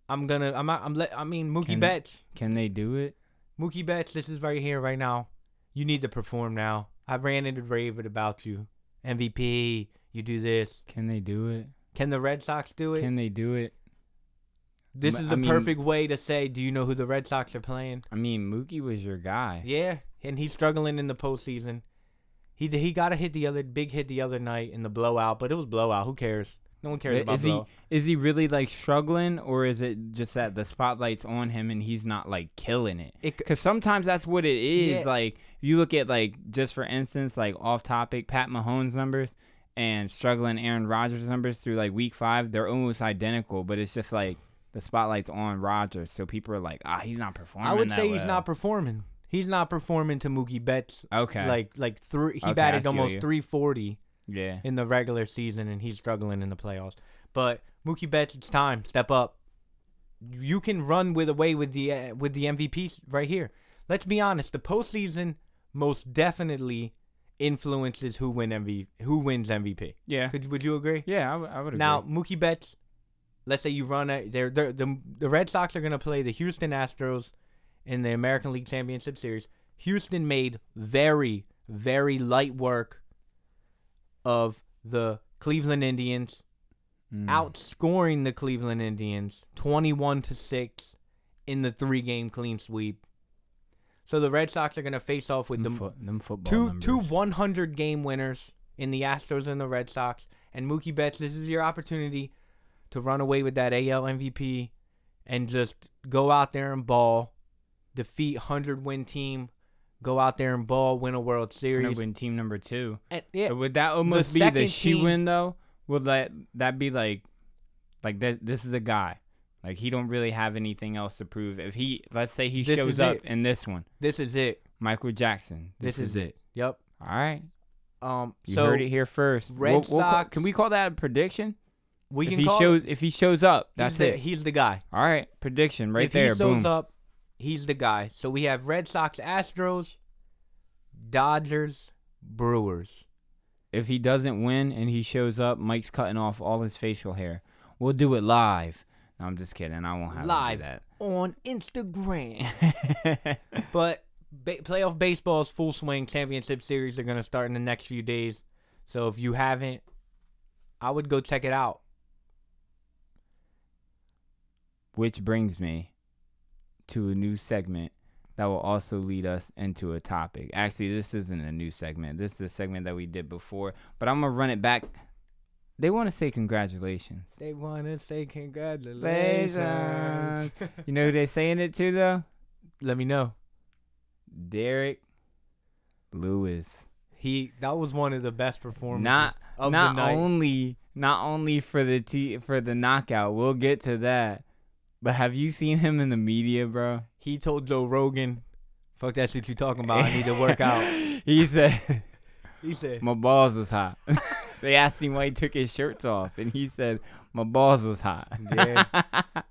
Speaker 1: I'm gonna I'm I'm let I mean Mookie
Speaker 3: Can-
Speaker 1: Betts.
Speaker 3: Can they do it?
Speaker 1: Mookie Betts, this is right here right now. You need to perform now. I ran into Raven about you. MVP, you do this.
Speaker 3: Can they do it?
Speaker 1: Can the Red Sox do it?
Speaker 3: Can they do it?
Speaker 1: this
Speaker 3: I
Speaker 1: is a
Speaker 3: mean-
Speaker 1: perfect way to say, do you know who the Red Sox are playing?
Speaker 3: I mean, Mookie was your guy.
Speaker 1: Yeah, and he's struggling in the postseason. He d- he got a hit the other big hit the other night in the blowout, but it was blowout. Who cares? No one cares about
Speaker 3: Is he
Speaker 1: blowout.
Speaker 3: is he really like struggling, or is it just that the spotlight's on him and he's not like killing it?
Speaker 1: It c-
Speaker 3: Because sometimes that's what it is.
Speaker 1: Yeah.
Speaker 3: Like you look at like just for instance, like off topic, Pat Mahone's numbers and struggling Aaron Rodgers' numbers through like week five, they're almost identical. But it's just like the spotlight's on Rodgers, so people are like, ah, he's not performing.
Speaker 1: I would
Speaker 3: that
Speaker 1: say he's
Speaker 3: well."
Speaker 1: not performing. He's not performing to Mookie Betts.
Speaker 3: okay. Like
Speaker 1: Like like three, he
Speaker 3: Okay, I
Speaker 1: batted
Speaker 3: feel
Speaker 1: almost
Speaker 3: you.
Speaker 1: 340
Speaker 3: yeah,
Speaker 1: in the regular season and he's struggling in the playoffs. But Mookie Betts, it's time. Step up. You can run with away with the uh, with the MVP s- right here. Let's be honest. The postseason most definitely influences who win MV who wins MVP.
Speaker 3: yeah,
Speaker 1: Could would you agree?
Speaker 3: yeah. I, w- I would agree.
Speaker 1: Now Mookie Betts. Let's say you run a they're, they're, the the Red Sox are going to play the Houston Astros in the American League Championship Series. Houston made very very light work of the Cleveland Indians
Speaker 3: Mm.
Speaker 1: outscoring the Cleveland Indians 21 to 6 in the three-game clean sweep. So the Red Sox are going to face off with
Speaker 3: them,
Speaker 1: the
Speaker 3: fo- them football
Speaker 1: two
Speaker 3: numbers.
Speaker 1: two 100 game winners in the Astros and the Red Sox and Mookie Betts this is your opportunity to run away with that AL MVP and just go out there and ball defeat 100 win team go out there and ball win a World
Speaker 3: Kinda
Speaker 1: Series
Speaker 3: win team number two.
Speaker 1: and, yeah,
Speaker 3: Uh, Would that almost be the
Speaker 1: second
Speaker 3: she
Speaker 1: team-
Speaker 3: win though? Would that that be like, like that? This is a guy, like he don't really have anything else to prove. If he, let's say he
Speaker 1: This
Speaker 3: shows
Speaker 1: is
Speaker 3: up
Speaker 1: it.
Speaker 3: in this one,
Speaker 1: this is it
Speaker 3: Michael Jackson.
Speaker 1: this, is, it. yep
Speaker 3: All right,
Speaker 1: um
Speaker 3: you
Speaker 1: so
Speaker 3: heard it here first.
Speaker 1: Red
Speaker 3: We'll- we'll ca-
Speaker 1: Sox-
Speaker 3: can we call that a prediction?
Speaker 1: we
Speaker 3: if
Speaker 1: can
Speaker 3: he
Speaker 1: call it.
Speaker 3: shows, if he shows up,
Speaker 1: He's
Speaker 3: that's
Speaker 1: the-
Speaker 3: it.
Speaker 1: he's the guy
Speaker 3: All right, prediction right
Speaker 1: if
Speaker 3: there.
Speaker 1: He shows
Speaker 3: boom.
Speaker 1: up, he's the guy. So we have Red Sox, Astros, Dodgers, Brewers.
Speaker 3: If he doesn't win and he shows up, Mike's cutting off all his facial hair. We'll do it live. No, I'm just kidding. I won't have
Speaker 1: Live
Speaker 3: him
Speaker 1: on Instagram. [laughs]
Speaker 3: do that. [laughs]
Speaker 1: but ba- playoff baseball's full swing. Championship series are going to start in the next few days. So if you haven't, I would go check it out.
Speaker 3: Which brings me to a new segment that will also lead us into a topic. Actually, this isn't a new segment. This is a segment that we did before, but I'm going to run it back. They want to say congratulations.
Speaker 1: They want to say congratulations.
Speaker 3: congratulations. You know who they're saying it to, though?
Speaker 1: [laughs] Let me know.
Speaker 3: Derek Lewis.
Speaker 1: He that was one of the best performances
Speaker 3: Not
Speaker 1: of
Speaker 3: not
Speaker 1: the night.
Speaker 3: only not only for the t- for the knockout. We'll get to that. But have you seen him in the media, bro?
Speaker 1: he told Joe Rogan, "Fuck that shit you talking about. I need to work out."
Speaker 3: [laughs] he said,
Speaker 1: [laughs] He said,
Speaker 3: "My balls is hot." [laughs] they asked him why he took his shirts off, and he said, "My balls was hot."
Speaker 1: [laughs] Yeah.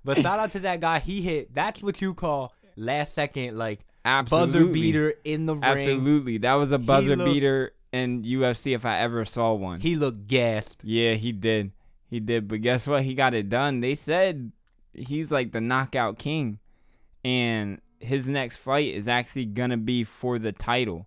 Speaker 1: But shout out to that guy. He hit. That's what you call last second, like
Speaker 3: absolutely,
Speaker 1: buzzer beater in the ring.
Speaker 3: Absolutely, that was a buzzer
Speaker 1: looked-
Speaker 3: beater in UFC if I ever saw one.
Speaker 1: He looked gassed.
Speaker 3: yeah, he did, he did. But guess what? He got it done. They said he's like the knockout king, and his next fight is actually gonna be for the title.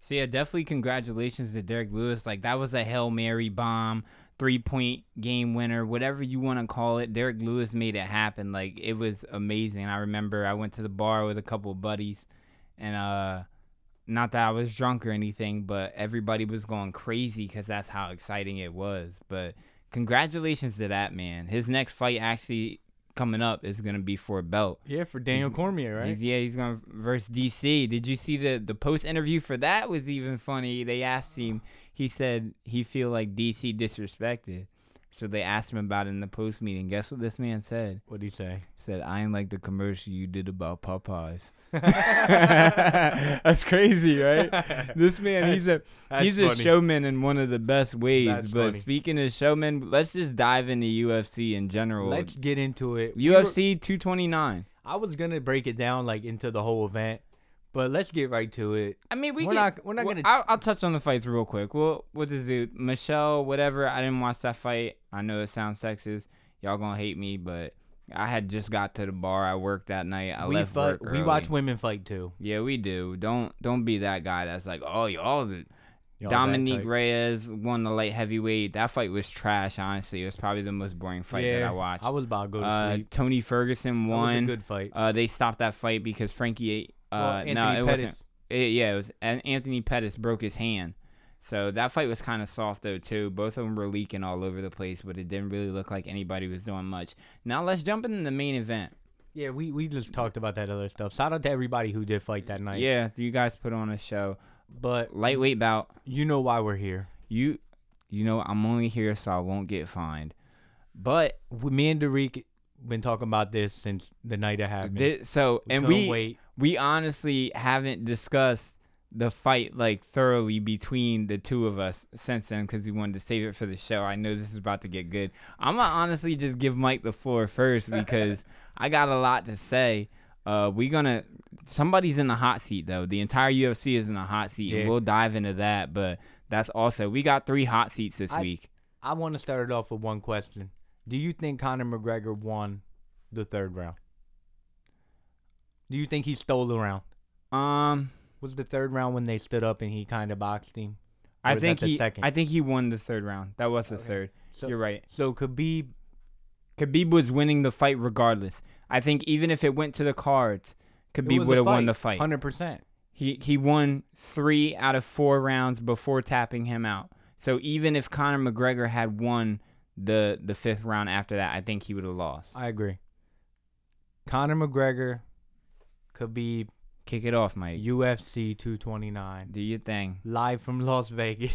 Speaker 3: So yeah, definitely congratulations to Derek Lewis. Like that was a Hail Mary bomb, three point game winner, whatever you want to call it. Derek Lewis made it happen. Like it was amazing. I remember I went to the bar with a couple of buddies and uh not that I was drunk or anything, but everybody was going crazy cuz that's how exciting it was. But congratulations to that man. His next fight actually coming up is going to be for a belt.
Speaker 1: Yeah, for Daniel
Speaker 3: He's-
Speaker 1: Cormier,
Speaker 3: He's- yeah, he's going to verse DC. Did you see the the post interview for that? Was even funny. They asked him. He said he feel like DC disrespected. So they asked him about it in the post meeting. Guess what this man said?
Speaker 1: What'd he say?
Speaker 3: He said, "I ain't like the commercial you did about
Speaker 1: [laughs]
Speaker 3: Popeyes." [laughs] That's crazy,
Speaker 1: [laughs]
Speaker 3: right? This man, he's a he's a showman in one of the best ways.
Speaker 1: That's
Speaker 3: but
Speaker 1: funny.
Speaker 3: speaking of showmen, let's just dive into UFC in general.
Speaker 1: Let's get into it. We were-
Speaker 3: UFC 229.
Speaker 1: I was gonna break it down like into the whole event, But let's get right to it.
Speaker 3: I mean, we
Speaker 1: We're
Speaker 3: can,
Speaker 1: not- we're not
Speaker 3: well,
Speaker 1: gonna-
Speaker 3: I'll, I'll touch on the fights real quick. Well, what is it, Michelle? Whatever. I didn't watch that fight. I know it sounds sexist. Y'all gonna hate me, but I had just got to the bar. I worked that night. I
Speaker 1: we
Speaker 3: left
Speaker 1: fight,
Speaker 3: work
Speaker 1: we
Speaker 3: early.
Speaker 1: watch women fight too.
Speaker 3: Yeah, we do. Don't don't be that guy that's like, oh, y'all. The,
Speaker 1: Y'all that
Speaker 3: Dominique
Speaker 1: type.
Speaker 3: Reyes won the light heavyweight. That fight was trash. Honestly, it was probably the most boring fight that
Speaker 1: Yeah,
Speaker 3: I watched.
Speaker 1: I was about to go to
Speaker 3: uh,
Speaker 1: sleep.
Speaker 3: Tony Ferguson
Speaker 1: That was a
Speaker 3: won.
Speaker 1: good fight.
Speaker 3: Uh, they stopped that fight because Frankie.
Speaker 1: Well,
Speaker 3: Uh,
Speaker 1: Anthony
Speaker 3: no, it
Speaker 1: Pettis.
Speaker 3: wasn't. It, yeah, it was An- Anthony Pettis broke his hand. So that fight was kind of soft though too. Both of them were leaking all over the place, but it didn't really look like anybody was doing much. Now let's jump into the main event.
Speaker 1: Yeah, we, we just talked about that other stuff. Shout out to everybody who did fight that night.
Speaker 3: Yeah, you guys put on a show.
Speaker 1: But
Speaker 3: Lightweight bout.
Speaker 1: you know why we're here.
Speaker 3: You, you know, I'm only here so I won't get fined. But
Speaker 1: We, me and Derek been talking about this since the night it happened.
Speaker 3: thi- so and
Speaker 1: couldn't
Speaker 3: we
Speaker 1: wait.
Speaker 3: we honestly haven't discussed the fight like thoroughly between the two of us since then because we wanted to save it for the show. I know this is about to get good. I'm gonna honestly just give Mike the floor first because
Speaker 1: [laughs]
Speaker 3: I got a lot to say. Uh, we gonna somebody's in the hot seat though. The entire UFC is in the hot seat.
Speaker 1: Yeah.
Speaker 3: And we'll dive into that, but that's also we got three hot seats this
Speaker 1: I-
Speaker 3: week.
Speaker 1: I want to start it off with one question. Do you think Conor McGregor won the third round? Do you think he stole the round?
Speaker 3: Um,
Speaker 1: Was the third round when they stood up and he kind of boxed him? Or
Speaker 3: I
Speaker 1: was
Speaker 3: think
Speaker 1: that the
Speaker 3: he.
Speaker 1: second?
Speaker 3: I think he won the third round. That was the
Speaker 1: Okay.
Speaker 3: third.
Speaker 1: So,
Speaker 3: You're right.
Speaker 1: So Khabib,
Speaker 3: Khabib was winning the fight regardless. I think even if it went to the cards, Khabib would have won the fight.
Speaker 1: Hundred percent.
Speaker 3: He he won three out of four rounds before tapping him out. So even if Conor McGregor had won the the fifth round after that, I think he would have lost.
Speaker 1: I agree. Conor McGregor, Khabib,
Speaker 3: Kick it off, Mike.
Speaker 1: UFC 229,
Speaker 3: Do your thing.
Speaker 1: live from Las
Speaker 3: [laughs]
Speaker 1: Vegas.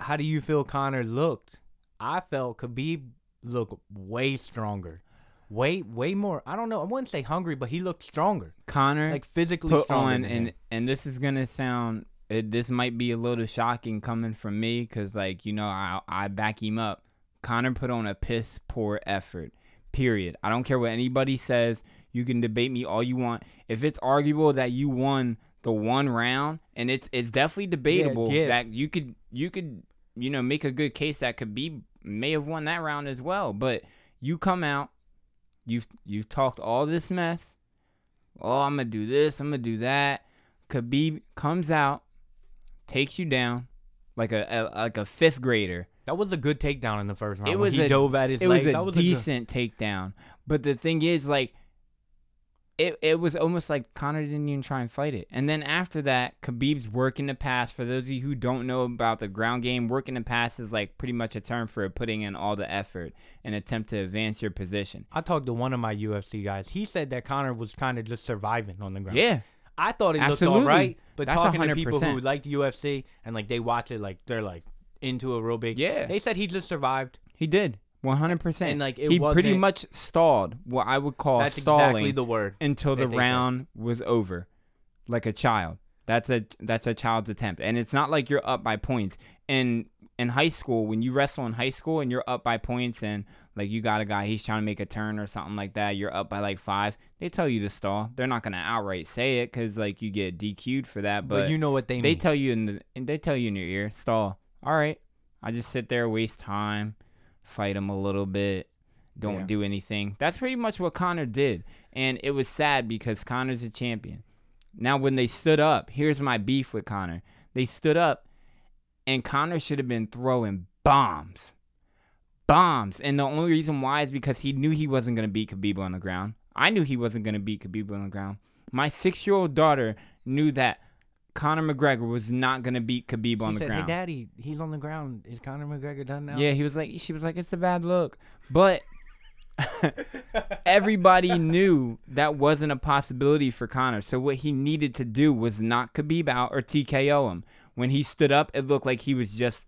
Speaker 1: How do you feel Conor looked? I felt Khabib looked way stronger, way way more. I don't know. I wouldn't say hungry, but he looked stronger,
Speaker 3: Conor
Speaker 1: like physically
Speaker 3: put
Speaker 1: stronger.
Speaker 3: on
Speaker 1: than
Speaker 3: and
Speaker 1: him.
Speaker 3: and this is gonna sound it, this might be a little shocking coming from me because like you know I I back him up. Connor put on a piss poor effort. Period. I don't care what anybody says. You can debate me all you want. If it's arguable that you won the one round, and it's it's definitely debatable
Speaker 1: yeah.
Speaker 3: that you could you could you know make a good case that could be may have won that round as well. But you come out, you've you've talked all this mess oh, I'm gonna do this, I'm gonna do that. Khabib comes out, takes you down like a, a like a fifth grader.
Speaker 1: that was a good takedown in the first round.
Speaker 3: It
Speaker 1: when
Speaker 3: was
Speaker 1: he
Speaker 3: a-
Speaker 1: dove at his
Speaker 3: it
Speaker 1: legs.
Speaker 3: was a
Speaker 1: that was A
Speaker 3: decent takedown, but the thing is, like, it it was almost like Connor didn't even try and fight it. And then after that, Khabib's working the pass. For those of you who don't know about the ground game, working the pass is like pretty much a term for putting in all the effort and attempt to advance your position.
Speaker 1: good- I talked to one of my UFC guys. He said that Conor was kind of just surviving on the ground.
Speaker 3: Yeah,
Speaker 1: I thought he
Speaker 3: Absolutely.
Speaker 1: looked all right, but
Speaker 3: That's
Speaker 1: talking to people
Speaker 3: 100%.
Speaker 1: who like the UFC and like they watch it, like they're like into aerobic.
Speaker 3: Yeah.
Speaker 1: they said he just survived.
Speaker 3: He did. 100%.
Speaker 1: And, like, it
Speaker 3: he pretty
Speaker 1: wasn't-
Speaker 3: much stalled what I would call
Speaker 1: That's
Speaker 3: stalling
Speaker 1: exactly the word.
Speaker 3: until the
Speaker 1: that they said.
Speaker 3: round was over like a child. That's a that's a child's attempt. And it's not like you're up by points. And in high school, when you wrestle in high school and you're up by points and like you got a guy he's trying to make a turn or something like that, you're up by like 5, they tell you to stall. They're not going to outright say it cuz like you get DQ'd for that,
Speaker 1: But, you know what they,
Speaker 3: they
Speaker 1: mean.
Speaker 3: tell you in the and they tell you in your ear stall all right i just sit there waste time fight him a little bit don't
Speaker 1: Yeah.
Speaker 3: do anything that's pretty much what connor did and it was sad because connor's a champion now when they stood up here's my beef with connor they stood up and connor should have been throwing bombs bombs and the only reason why is because he knew he wasn't going to beat khabib on the ground i knew he wasn't going to beat khabib on the ground my six-year-old daughter knew that Conor McGregor was not gonna beat Khabib
Speaker 1: she
Speaker 3: on the
Speaker 1: said,
Speaker 3: ground.
Speaker 1: "Hey, Daddy, he's on the ground. Is Conor McGregor done now?"
Speaker 3: yeah, he was like, she was like, it's a bad look, but [laughs] everybody knew that wasn't a possibility for Conor. So what he needed to do was knock Khabib out or TKO him. When he stood up, it looked like he was just,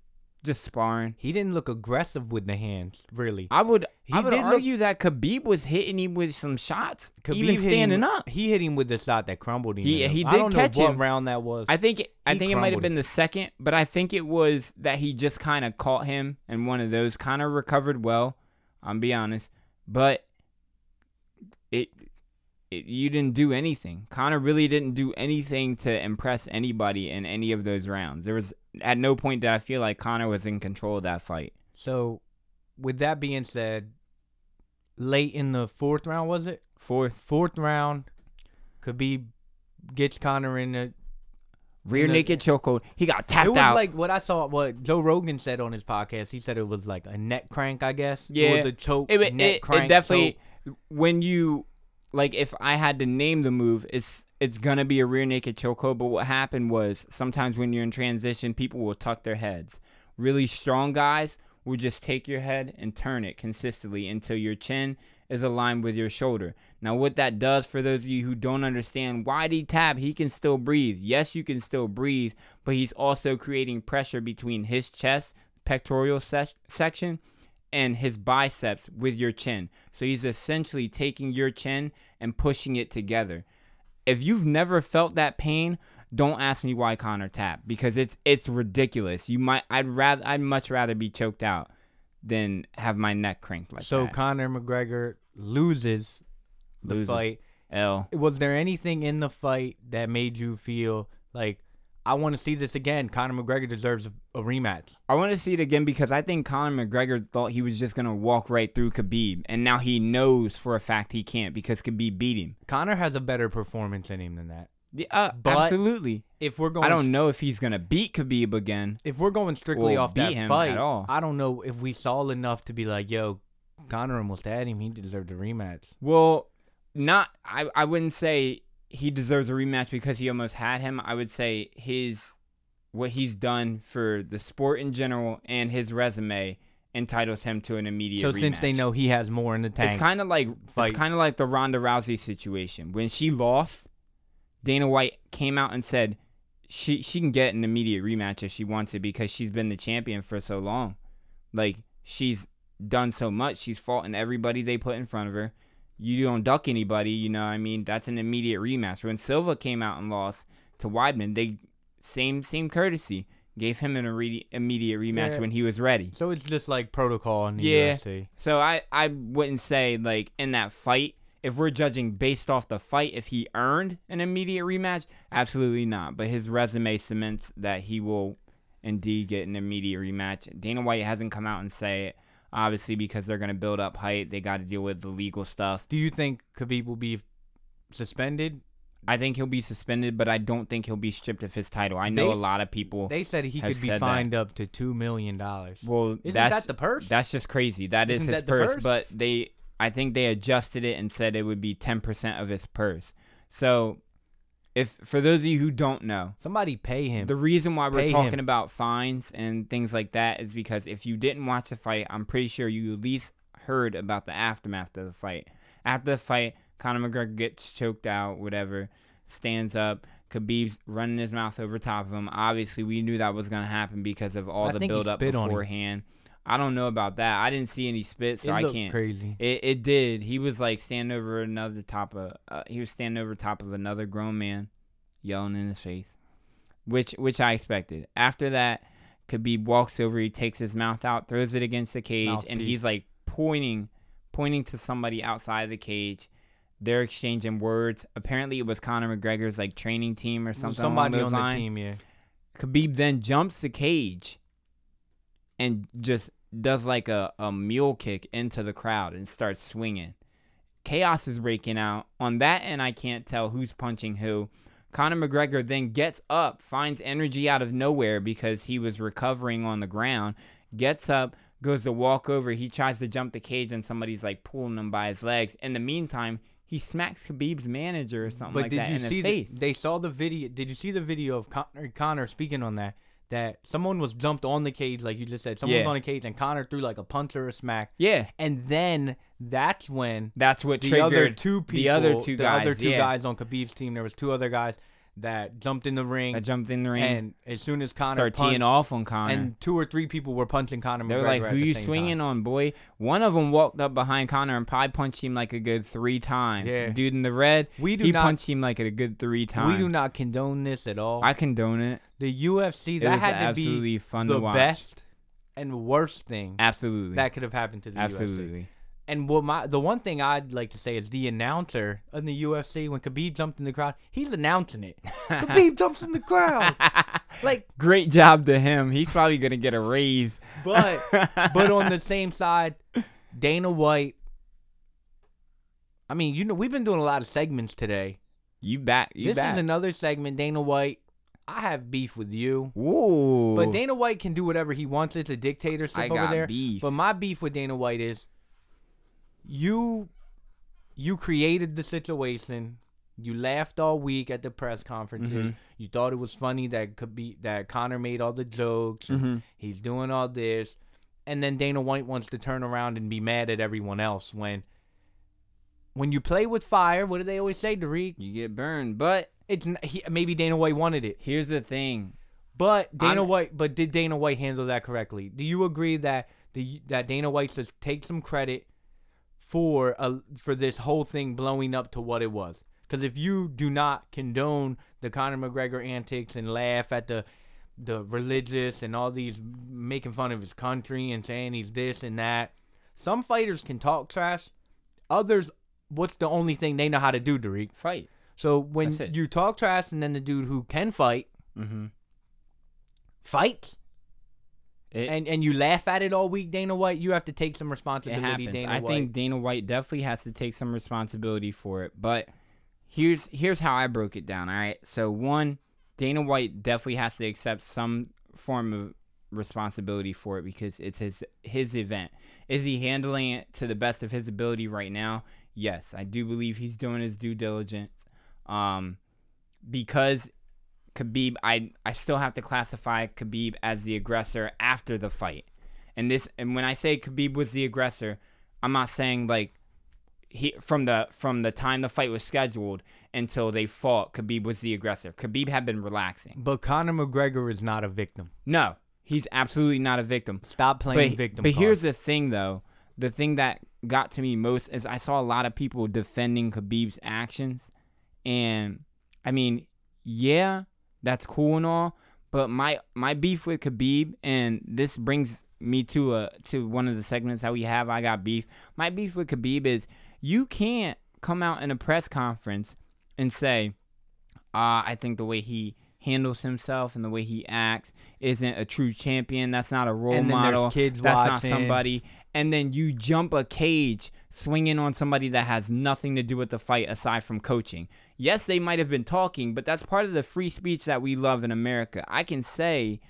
Speaker 3: just sparring.
Speaker 1: he didn't look aggressive with the hands, really.
Speaker 3: I would, I
Speaker 1: He
Speaker 3: would
Speaker 1: did look-
Speaker 3: argue that Khabib was hitting him with some shots,
Speaker 1: Khabib
Speaker 3: even
Speaker 1: hit
Speaker 3: standing
Speaker 1: him,
Speaker 3: up.
Speaker 1: he hit him with the shot that crumbled him.
Speaker 3: He-
Speaker 1: in the-
Speaker 3: he
Speaker 1: I
Speaker 3: did
Speaker 1: don't
Speaker 3: catch
Speaker 1: know what
Speaker 3: him.
Speaker 1: round that was.
Speaker 3: I think I
Speaker 1: He
Speaker 3: think it might have
Speaker 1: crumbled
Speaker 3: been the second, but I think it was that he just kind of caught him and one of those. Connor recovered well. I'm be honest, but it it, you didn't do anything. Connor really didn't do anything to impress anybody in any of those rounds. There was at no point did I feel like Connor was in control of that fight.
Speaker 1: So, with that being said, late in the fourth round, was it?
Speaker 3: Fourth
Speaker 1: Fourth round, Khabib gets Connor in the.
Speaker 3: rear
Speaker 1: And the-
Speaker 3: naked chokehold. He got tapped
Speaker 1: it was
Speaker 3: out.
Speaker 1: like what I saw, what Joe Rogan said on his podcast. He said it was like a neck crank, I guess.
Speaker 3: Yeah.
Speaker 1: It was a choke.
Speaker 3: it, it,
Speaker 1: neck
Speaker 3: it,
Speaker 1: crank,
Speaker 3: it definitely when you like if I had to name the move, it's it's gonna be a rear naked chokehold. But what happened was sometimes when you're in transition, people will tuck their heads. Really strong guys will just take your head and turn it consistently until your chin is aligned with your shoulder. Now, what that does for those of you who don't understand, why did he tap? He can still breathe. Yes, you can still breathe, but he's also creating pressure between his chest, pectoral ses- section, and his biceps with your chin. So he's essentially taking your chin and pushing it together. If you've never felt that pain, don't ask me why Connor tapped because it's it's ridiculous. You might I'd rather I'd much rather be choked out than have my neck cranked like
Speaker 1: So,
Speaker 3: that.
Speaker 1: Connor McGregor loses the
Speaker 3: Loses.
Speaker 1: fight.
Speaker 3: L.
Speaker 1: was there anything in the fight that made you feel like I want to see this again? Conor McGregor deserves a, a rematch.
Speaker 3: I want to see it again because I think Conor McGregor thought he was just gonna walk right through Khabib, and now he knows for a fact he can't because Khabib beat him.
Speaker 1: Conor has a better performance in him than that.
Speaker 3: Yeah, uh,
Speaker 1: But-
Speaker 3: absolutely.
Speaker 1: If we're going,
Speaker 3: I don't know if he's gonna beat Khabib again.
Speaker 1: If we're going strictly
Speaker 3: Well,
Speaker 1: off that
Speaker 3: beat him
Speaker 1: fight,
Speaker 3: at all.
Speaker 1: I don't know if we saw enough to be like, yo, Conor almost had him. He deserved a rematch.
Speaker 3: Well, not I I wouldn't say he deserves a rematch because he almost had him. I would say his what he's done for the sport in general and his resume entitles him to an immediate
Speaker 1: so since they
Speaker 3: rematch.
Speaker 1: know he has more in the tank,
Speaker 3: It's kind of like
Speaker 1: Fight.
Speaker 3: it's kind of like the Ronda Rousey situation when she lost. Dana White came out and said she she can get an immediate rematch if she wants it because she's been the champion for so long. Like she's done so much, she's fought in everybody they put in front of her. You don't duck anybody, you know. what I mean, that's an immediate rematch. When Silva came out and lost to Weidman, they same same courtesy gave him an irre- immediate rematch
Speaker 1: Yeah.
Speaker 3: when he was ready.
Speaker 1: so it's just like protocol in the
Speaker 3: Yeah.
Speaker 1: UFC.
Speaker 3: So I, I wouldn't say like in that fight, if we're judging based off the fight, if he earned an immediate rematch, absolutely not. But his resume cements that he will indeed get an immediate rematch. Dana White hasn't come out and say it, obviously because they're gonna build up hype. They got to deal with the legal stuff.
Speaker 1: Do you think Khabib will be suspended?
Speaker 3: I think he'll be suspended, but I don't think he'll be stripped of his title. I know
Speaker 1: They
Speaker 3: a
Speaker 1: s-
Speaker 3: lot of people.
Speaker 1: They said he
Speaker 3: Has
Speaker 1: could be
Speaker 3: said that.
Speaker 1: fined up to two million dollars.
Speaker 3: well,
Speaker 1: Isn't
Speaker 3: that's
Speaker 1: that the purse?
Speaker 3: That's just crazy. That is
Speaker 1: Isn't
Speaker 3: his
Speaker 1: that the
Speaker 3: purse,
Speaker 1: purse?
Speaker 3: but they I think they adjusted it and said it would be 10% of his purse. So if for those of you who don't know,
Speaker 1: Somebody pay him.
Speaker 3: the reason why we're
Speaker 1: Pay
Speaker 3: talking
Speaker 1: him.
Speaker 3: about fines and things like that is because if you didn't watch the fight, I'm pretty sure you at least heard about the aftermath of the fight. After the fight, Conor McGregor gets choked out, whatever, stands up, Khabib's running his mouth over top of him. Obviously, we knew that was going to happen because of all
Speaker 1: I
Speaker 3: the
Speaker 1: think he
Speaker 3: build up
Speaker 1: spit on him.
Speaker 3: beforehand. I don't know about that. I didn't see any spit, so
Speaker 1: it
Speaker 3: I
Speaker 1: looked
Speaker 3: can't.
Speaker 1: crazy.
Speaker 3: It, it did. He was like standing over another top of. Uh, he was standing over top of another grown man, yelling in his face, which which I expected. After that, Khabib walks over. He takes his mouth out, throws it against the cage, and
Speaker 1: Mouthpiece.
Speaker 3: he's like pointing, pointing to somebody outside the cage. They're exchanging words. Apparently, it was Conor McGregor's like training team or something. along
Speaker 1: Somebody on
Speaker 3: those lines.
Speaker 1: the team, yeah.
Speaker 3: Khabib then jumps the cage and just does like a, a mule kick into the crowd and starts swinging. Chaos is breaking out. On that end, I can't tell who's punching who. Conor McGregor then gets up, finds energy out of nowhere because he was recovering on the ground, gets up, goes to walk over. He tries to jump the cage, and somebody's like pulling him by his legs. In the meantime, he smacks Khabib's manager or something
Speaker 1: But
Speaker 3: like
Speaker 1: did
Speaker 3: that
Speaker 1: you
Speaker 3: in
Speaker 1: see?
Speaker 3: the face.
Speaker 1: The, they saw the video. Did you see the video of Connor, Connor speaking on that? That someone was jumped on the cage, like you just said. Someone was
Speaker 3: Yeah.
Speaker 1: on a cage, and Connor threw like a punch or a smack.
Speaker 3: yeah,
Speaker 1: And then that's when
Speaker 3: that's what
Speaker 1: the
Speaker 3: triggered
Speaker 1: other two people,
Speaker 3: the other two
Speaker 1: the
Speaker 3: guys,
Speaker 1: other two
Speaker 3: yeah.
Speaker 1: guys on Khabib's team. There was two other guys that jumped in the ring,
Speaker 3: I jumped in the ring, and
Speaker 1: and as soon as Connor
Speaker 3: start
Speaker 1: punched,
Speaker 3: teeing off on Connor.
Speaker 1: and two or three people were punching Connor.
Speaker 3: they were
Speaker 1: McGregor
Speaker 3: like,
Speaker 1: at
Speaker 3: "Who
Speaker 1: the
Speaker 3: you
Speaker 1: same
Speaker 3: swinging
Speaker 1: time.
Speaker 3: on, boy?" One of them walked up behind Connor and probably punched him like a good three times.
Speaker 1: Yeah.
Speaker 3: Dude in the red,
Speaker 1: We do
Speaker 3: he
Speaker 1: not-
Speaker 3: punched him like a good three times.
Speaker 1: We do not condone this at all.
Speaker 3: I condone it.
Speaker 1: the UFC
Speaker 3: it
Speaker 1: that
Speaker 3: was
Speaker 1: had to
Speaker 3: absolutely
Speaker 1: be
Speaker 3: fun
Speaker 1: the
Speaker 3: to watch.
Speaker 1: best and worst thing
Speaker 3: Absolutely.
Speaker 1: that could have happened to the UFC.
Speaker 3: absolutely.
Speaker 1: And what my the one thing I'd like to say is the announcer in the UFC when Khabib jumped in the crowd, he's announcing
Speaker 3: [laughs]
Speaker 1: it. Khabib jumps in the crowd. Like,
Speaker 3: Great job to him. He's probably gonna get a raise.
Speaker 1: but but
Speaker 3: [laughs]
Speaker 1: on the same side, Dana White. I mean, you know, we've been doing a lot of segments today.
Speaker 3: you back. You
Speaker 1: this
Speaker 3: back.
Speaker 1: is another segment, Dana White. I have beef with you.
Speaker 3: Ooh.
Speaker 1: But Dana White can do whatever he wants. It's a dictatorship
Speaker 3: I
Speaker 1: over
Speaker 3: got
Speaker 1: there.
Speaker 3: beef.
Speaker 1: But my beef with Dana White is you you created the situation. You laughed all week at the press conferences. You thought it was funny that could be that Connor made all the jokes. and
Speaker 3: Mhm.
Speaker 1: He's doing all this. And then Dana White wants to turn around and be mad at everyone else when when you play with fire, what do they always say, Derek?
Speaker 3: you get burned. But
Speaker 1: It's n- he, maybe Dana White wanted it.
Speaker 3: here's the thing.
Speaker 1: But Dana
Speaker 3: I'm-
Speaker 1: White, but did Dana White handle that correctly? Do you agree that the that Dana White says take some credit for a, for this whole thing blowing up to what it was? Because if you do not condone the Conor McGregor antics and laugh at the the religious and all these making fun of his country and saying he's this and that, some fighters can talk trash. Others, what's the only thing they know how to do, Derek?
Speaker 3: Fight.
Speaker 1: So
Speaker 3: That's
Speaker 1: when
Speaker 3: it.
Speaker 1: you talk trash and then the dude who can fight
Speaker 3: Mm-hmm.
Speaker 1: fights
Speaker 3: It,
Speaker 1: and and you laugh at it all week, Dana White, you have to take some
Speaker 3: it
Speaker 1: responsibility,
Speaker 3: happens.
Speaker 1: Dana
Speaker 3: I
Speaker 1: White.
Speaker 3: think Dana White definitely has to take some responsibility for it. But here's here's how I broke it down. All right. So one, Dana White definitely has to accept some form of responsibility for it because it's his his event. Is he handling it to the best of his ability right now? Yes, I do believe he's doing his due diligence. Um, because Khabib, I I still have to classify Khabib as the aggressor after the fight. And this, and when I say Khabib was the aggressor, I'm not saying like he from the from the time the fight was scheduled until they fought. Khabib was the aggressor. Khabib had been relaxing.
Speaker 1: But Conor McGregor is not a victim.
Speaker 3: No, he's absolutely not a victim.
Speaker 1: Stop playing
Speaker 3: but,
Speaker 1: victim.
Speaker 3: But
Speaker 1: card.
Speaker 3: here's the thing, though. The thing that got to me most is I saw a lot of people defending Khabib's actions, and I mean, yeah, that's cool and all, but my my beef with Khabib, and this brings me to a to one of the segments that we have. I got beef. My beef with Khabib is you can't come out in a press conference and say, uh, I think the way he handles himself and the way he acts isn't a true champion. That's not a role
Speaker 1: And then there's
Speaker 3: model.
Speaker 1: kids
Speaker 3: That's
Speaker 1: watching.
Speaker 3: not somebody. And then you jump a cage swinging on somebody that has nothing to do with the fight aside from coaching. Yes, they might have been talking, but that's part of the free speech that we love in America. I can say,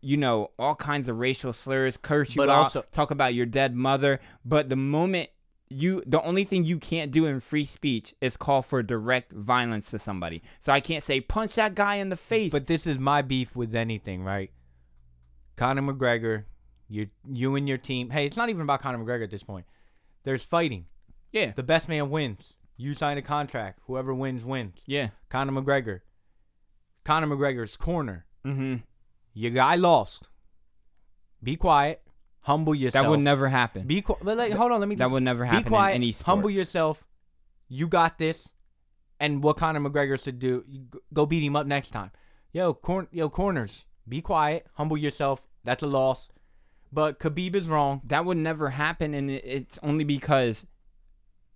Speaker 3: you know, all kinds of racial slurs, curse you
Speaker 1: But
Speaker 3: out,
Speaker 1: also-
Speaker 3: talk about your dead mother, but the moment you the only thing you can't do in free speech is call for direct violence to somebody. So I can't say punch that guy in the face.
Speaker 1: But this is my beef with anything, right? Conor McGregor, you you and your team. Hey, it's not even about Conor McGregor at this point. There's fighting.
Speaker 3: yeah.
Speaker 1: The best man wins. You sign a contract. Whoever wins wins.
Speaker 3: yeah.
Speaker 1: Conor McGregor. Conor McGregor's corner.
Speaker 3: Mhm.
Speaker 1: Your guy lost. Be quiet. Humble
Speaker 3: That
Speaker 1: yourself.
Speaker 3: would never happen.
Speaker 1: Be quiet. But like, hold on. Let me.
Speaker 3: That
Speaker 1: just,
Speaker 3: would never happen
Speaker 1: Be
Speaker 3: in
Speaker 1: quiet.
Speaker 3: any sport.
Speaker 1: Humble yourself. You got this. And what Conor McGregor should do? you g- Go beat him up next time. Yo, corn. Yo, corners. Be quiet. Humble yourself. That's a loss. But Khabib is wrong.
Speaker 3: that would never happen and it- it's only because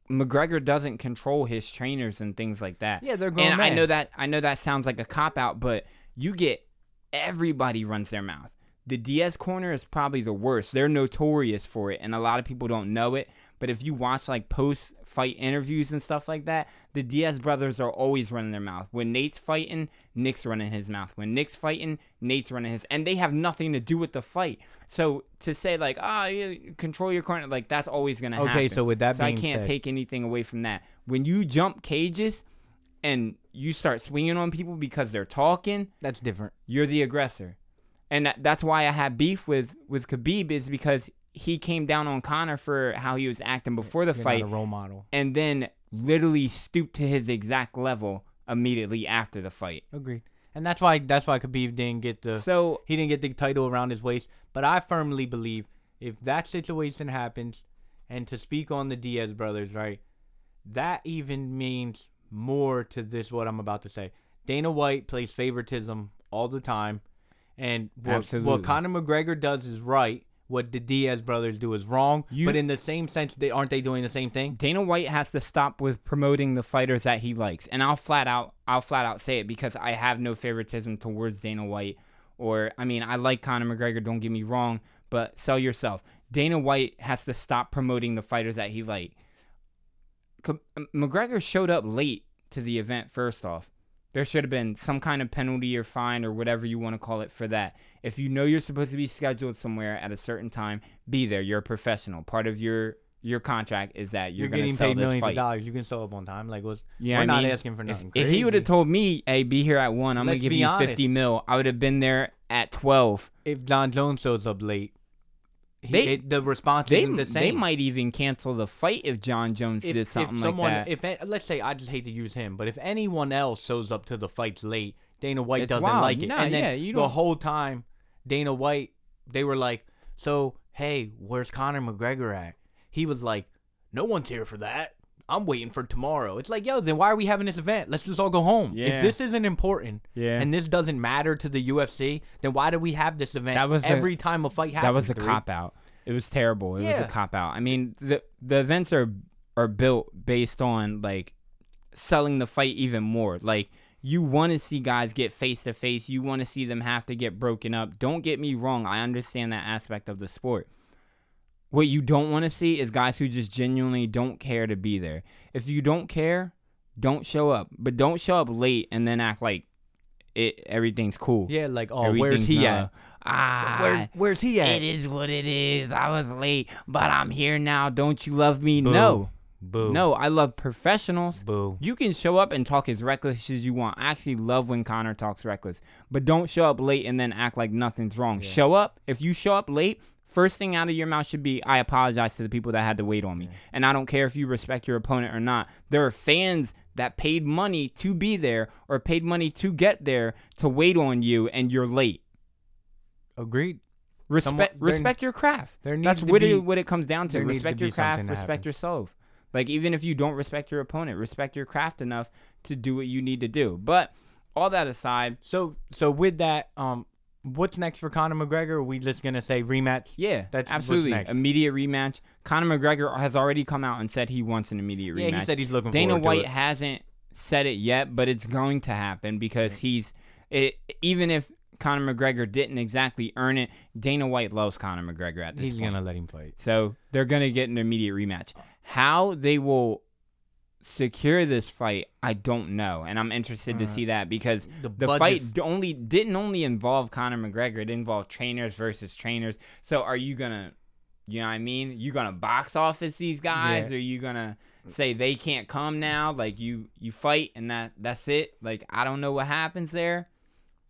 Speaker 3: McGregor doesn't control his trainers and things like that.
Speaker 1: Yeah, they're grown
Speaker 3: And I
Speaker 1: men.
Speaker 3: know that I know that sounds like a cop out, but you get everybody runs their mouth. The Diaz corner is probably the worst. They're notorious for it and a lot of people don't know it, but if you watch like post fight interviews and stuff like that, the Diaz brothers are always running their mouth. When Nate's fighting, Nick's running his mouth. When Nick's fighting, Nate's running his and they have nothing to do with the fight. So to say like, "Ah, you control your corner," like that's always going to
Speaker 1: Okay,
Speaker 3: happen.
Speaker 1: so with that
Speaker 3: so I
Speaker 1: being
Speaker 3: can't
Speaker 1: said-
Speaker 3: take anything away from that. When you jump cages and you start swinging on people because they're talking,
Speaker 1: That's different.
Speaker 3: you're the aggressor, and that, that's why I had beef with with Khabib is because he came down on Connor for how he was acting before the
Speaker 1: You're
Speaker 3: fight,
Speaker 1: not a role model.
Speaker 3: and then literally stooped to his exact level immediately after the fight.
Speaker 1: Agreed. And that's why. That's why Khabib didn't get the.
Speaker 3: So
Speaker 1: He didn't get the title around his waist, but I firmly believe if that situation happens, and to speak on the Diaz brothers, right, that even means more to this what I'm about to say. Dana White plays favoritism all the time, and what,
Speaker 3: Absolutely.
Speaker 1: what Conor McGregor does is right. what the Diaz brothers do is wrong.
Speaker 3: You-
Speaker 1: but in the same sense, they aren't they doing the same thing?
Speaker 3: Dana White has to stop with promoting the fighters that he likes, and I'll flat out, I'll flat out say it because I have no favoritism towards Dana White. Or I mean, I like Conor McGregor. Don't get me wrong, but sell yourself. Dana White has to stop promoting the fighters that he like. Co- McGregor showed up late to the event. First off, there should have been some kind of penalty or fine or whatever you want to call it for that. If you know you're supposed to be scheduled somewhere at a certain time, be there. You're a professional. Part of your your contract is that you're,
Speaker 1: You're,
Speaker 3: going
Speaker 1: getting
Speaker 3: to sell
Speaker 1: paid
Speaker 3: this
Speaker 1: millions
Speaker 3: fight.
Speaker 1: of dollars. You can show up on time. Like, what's,
Speaker 3: Yeah,
Speaker 1: we're
Speaker 3: I
Speaker 1: not
Speaker 3: mean,
Speaker 1: asking for
Speaker 3: if-
Speaker 1: nothing.
Speaker 3: If, he would have
Speaker 1: crazy.
Speaker 3: told me, "Hey, be here at one. I'm going
Speaker 1: Let's
Speaker 3: to give
Speaker 1: be
Speaker 3: you
Speaker 1: honest.
Speaker 3: 50 mil," I would have been there at 12.
Speaker 1: if Don Jones shows up late, he,
Speaker 3: They-
Speaker 1: it- the response
Speaker 3: They
Speaker 1: isn't the same.
Speaker 3: they might even cancel the fight if John Jones
Speaker 1: if,
Speaker 3: did something
Speaker 1: if someone,
Speaker 3: like that.
Speaker 1: if a- let's say I just hate to use him, but if anyone else shows up to the fights late, Dana White
Speaker 3: It's
Speaker 1: doesn't
Speaker 3: wild.
Speaker 1: like it.
Speaker 3: No,
Speaker 1: and then
Speaker 3: yeah, you
Speaker 1: the
Speaker 3: don't-
Speaker 1: whole time, Dana White, they were like, "So hey, where's Conor McGregor at?" He was like, "No one's here for that. I'm waiting for tomorrow." It's like, yo, then why are we having this event? Let's just all go home.
Speaker 3: Yeah.
Speaker 1: If this isn't important,
Speaker 3: Yeah.
Speaker 1: and this doesn't matter to the UFC, then why do we have this event
Speaker 3: That was the-
Speaker 1: every time a fight happens?
Speaker 3: that was a
Speaker 1: Tariq?
Speaker 3: cop out. It was terrible. It was
Speaker 1: Yeah.
Speaker 3: a cop out. I mean, the the events are are built based on like selling the fight even more. Like you want to see guys get face to face. You want to see them have to get broken up. Don't get me wrong. I understand that aspect of the sport. What you don't want to see is guys who just genuinely don't care to be there. If you don't care, don't show up. But don't show up late and then act like it everything's cool.
Speaker 1: Yeah, like, oh, where's he at?
Speaker 3: Ah,
Speaker 1: Where, where's he at?
Speaker 3: it is what it is. I was late, but I'm here now. Don't you love me? No.
Speaker 1: Boo.
Speaker 3: No, I love professionals.
Speaker 1: Boo.
Speaker 3: You can show up and talk as reckless as you want. I actually love when Connor talks reckless, but don't show up late and then act like nothing's wrong. Show up. If you show up late, first thing out of your mouth should be, I apologize to the people that had to wait on me. And I don't care if you respect your opponent or not. There are fans that paid money to be there or paid money to get there to wait on you, and you're late.
Speaker 1: Agreed. Someone-
Speaker 3: Respect,
Speaker 1: there-
Speaker 3: respect your craft.
Speaker 1: there
Speaker 3: That's
Speaker 1: needs to
Speaker 3: what
Speaker 1: be-
Speaker 3: it what it comes down to.
Speaker 1: there needs
Speaker 3: Respect
Speaker 1: to
Speaker 3: your
Speaker 1: be something
Speaker 3: craft.
Speaker 1: that
Speaker 3: Respect
Speaker 1: happens.
Speaker 3: yourself. Like even if you don't respect your opponent, respect your craft enough to do what you need to do. But all that aside,
Speaker 1: So so with that, um, what's next for Conor McGregor? Are we just gonna say rematch?
Speaker 3: yeah,
Speaker 1: That's what's
Speaker 3: that's absolutely
Speaker 1: next.
Speaker 3: immediate rematch. Conor McGregor has already come out and said he wants an immediate
Speaker 1: Yeah,
Speaker 3: rematch.
Speaker 1: he said he's looking
Speaker 3: Dana
Speaker 1: forward to
Speaker 3: White
Speaker 1: it.
Speaker 3: hasn't said it yet, but it's going to happen because he's it, even if Conor McGregor didn't exactly earn it, Dana White loves Conor McGregor at this
Speaker 1: He's
Speaker 3: point.
Speaker 1: gonna let him fight.
Speaker 3: So they're going to get an immediate rematch. How they will secure this fight, I don't know, and I'm interested to see that because
Speaker 1: the
Speaker 3: the,
Speaker 1: budget-
Speaker 3: fight d- only didn't only involve Conor McGregor; it involved trainers versus trainers. So are you gonna, you know, what I mean, you gonna box office these guys,
Speaker 1: Yeah.
Speaker 3: or you gonna say they can't come now? Like you you fight and that that's it. Like I don't know what happens there,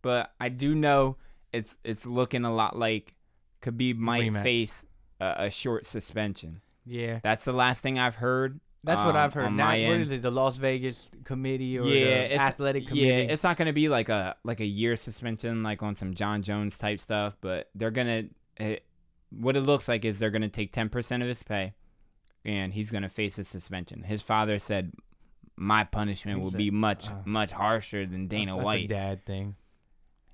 Speaker 3: but I do know it's it's looking a lot like Khabib might
Speaker 1: Rematch.
Speaker 3: face a, a short suspension.
Speaker 1: Yeah,
Speaker 3: That's the last thing I've heard.
Speaker 1: that's what
Speaker 3: um,
Speaker 1: I've heard.
Speaker 3: on
Speaker 1: Now,
Speaker 3: my
Speaker 1: what
Speaker 3: end.
Speaker 1: is it? The Las Vegas committee or the athletic committee?
Speaker 3: Yeah, it's not gonna be like a like a year suspension, like on some John Jones type stuff. But they're gonna. It, what it looks like is they're gonna take ten percent of his pay, and he's gonna face a suspension. His father said, "My punishment
Speaker 1: He
Speaker 3: will
Speaker 1: said,
Speaker 3: be much
Speaker 1: uh,
Speaker 3: much harsher than
Speaker 1: That's-
Speaker 3: Dana
Speaker 1: that's
Speaker 3: White."
Speaker 1: a dad thing.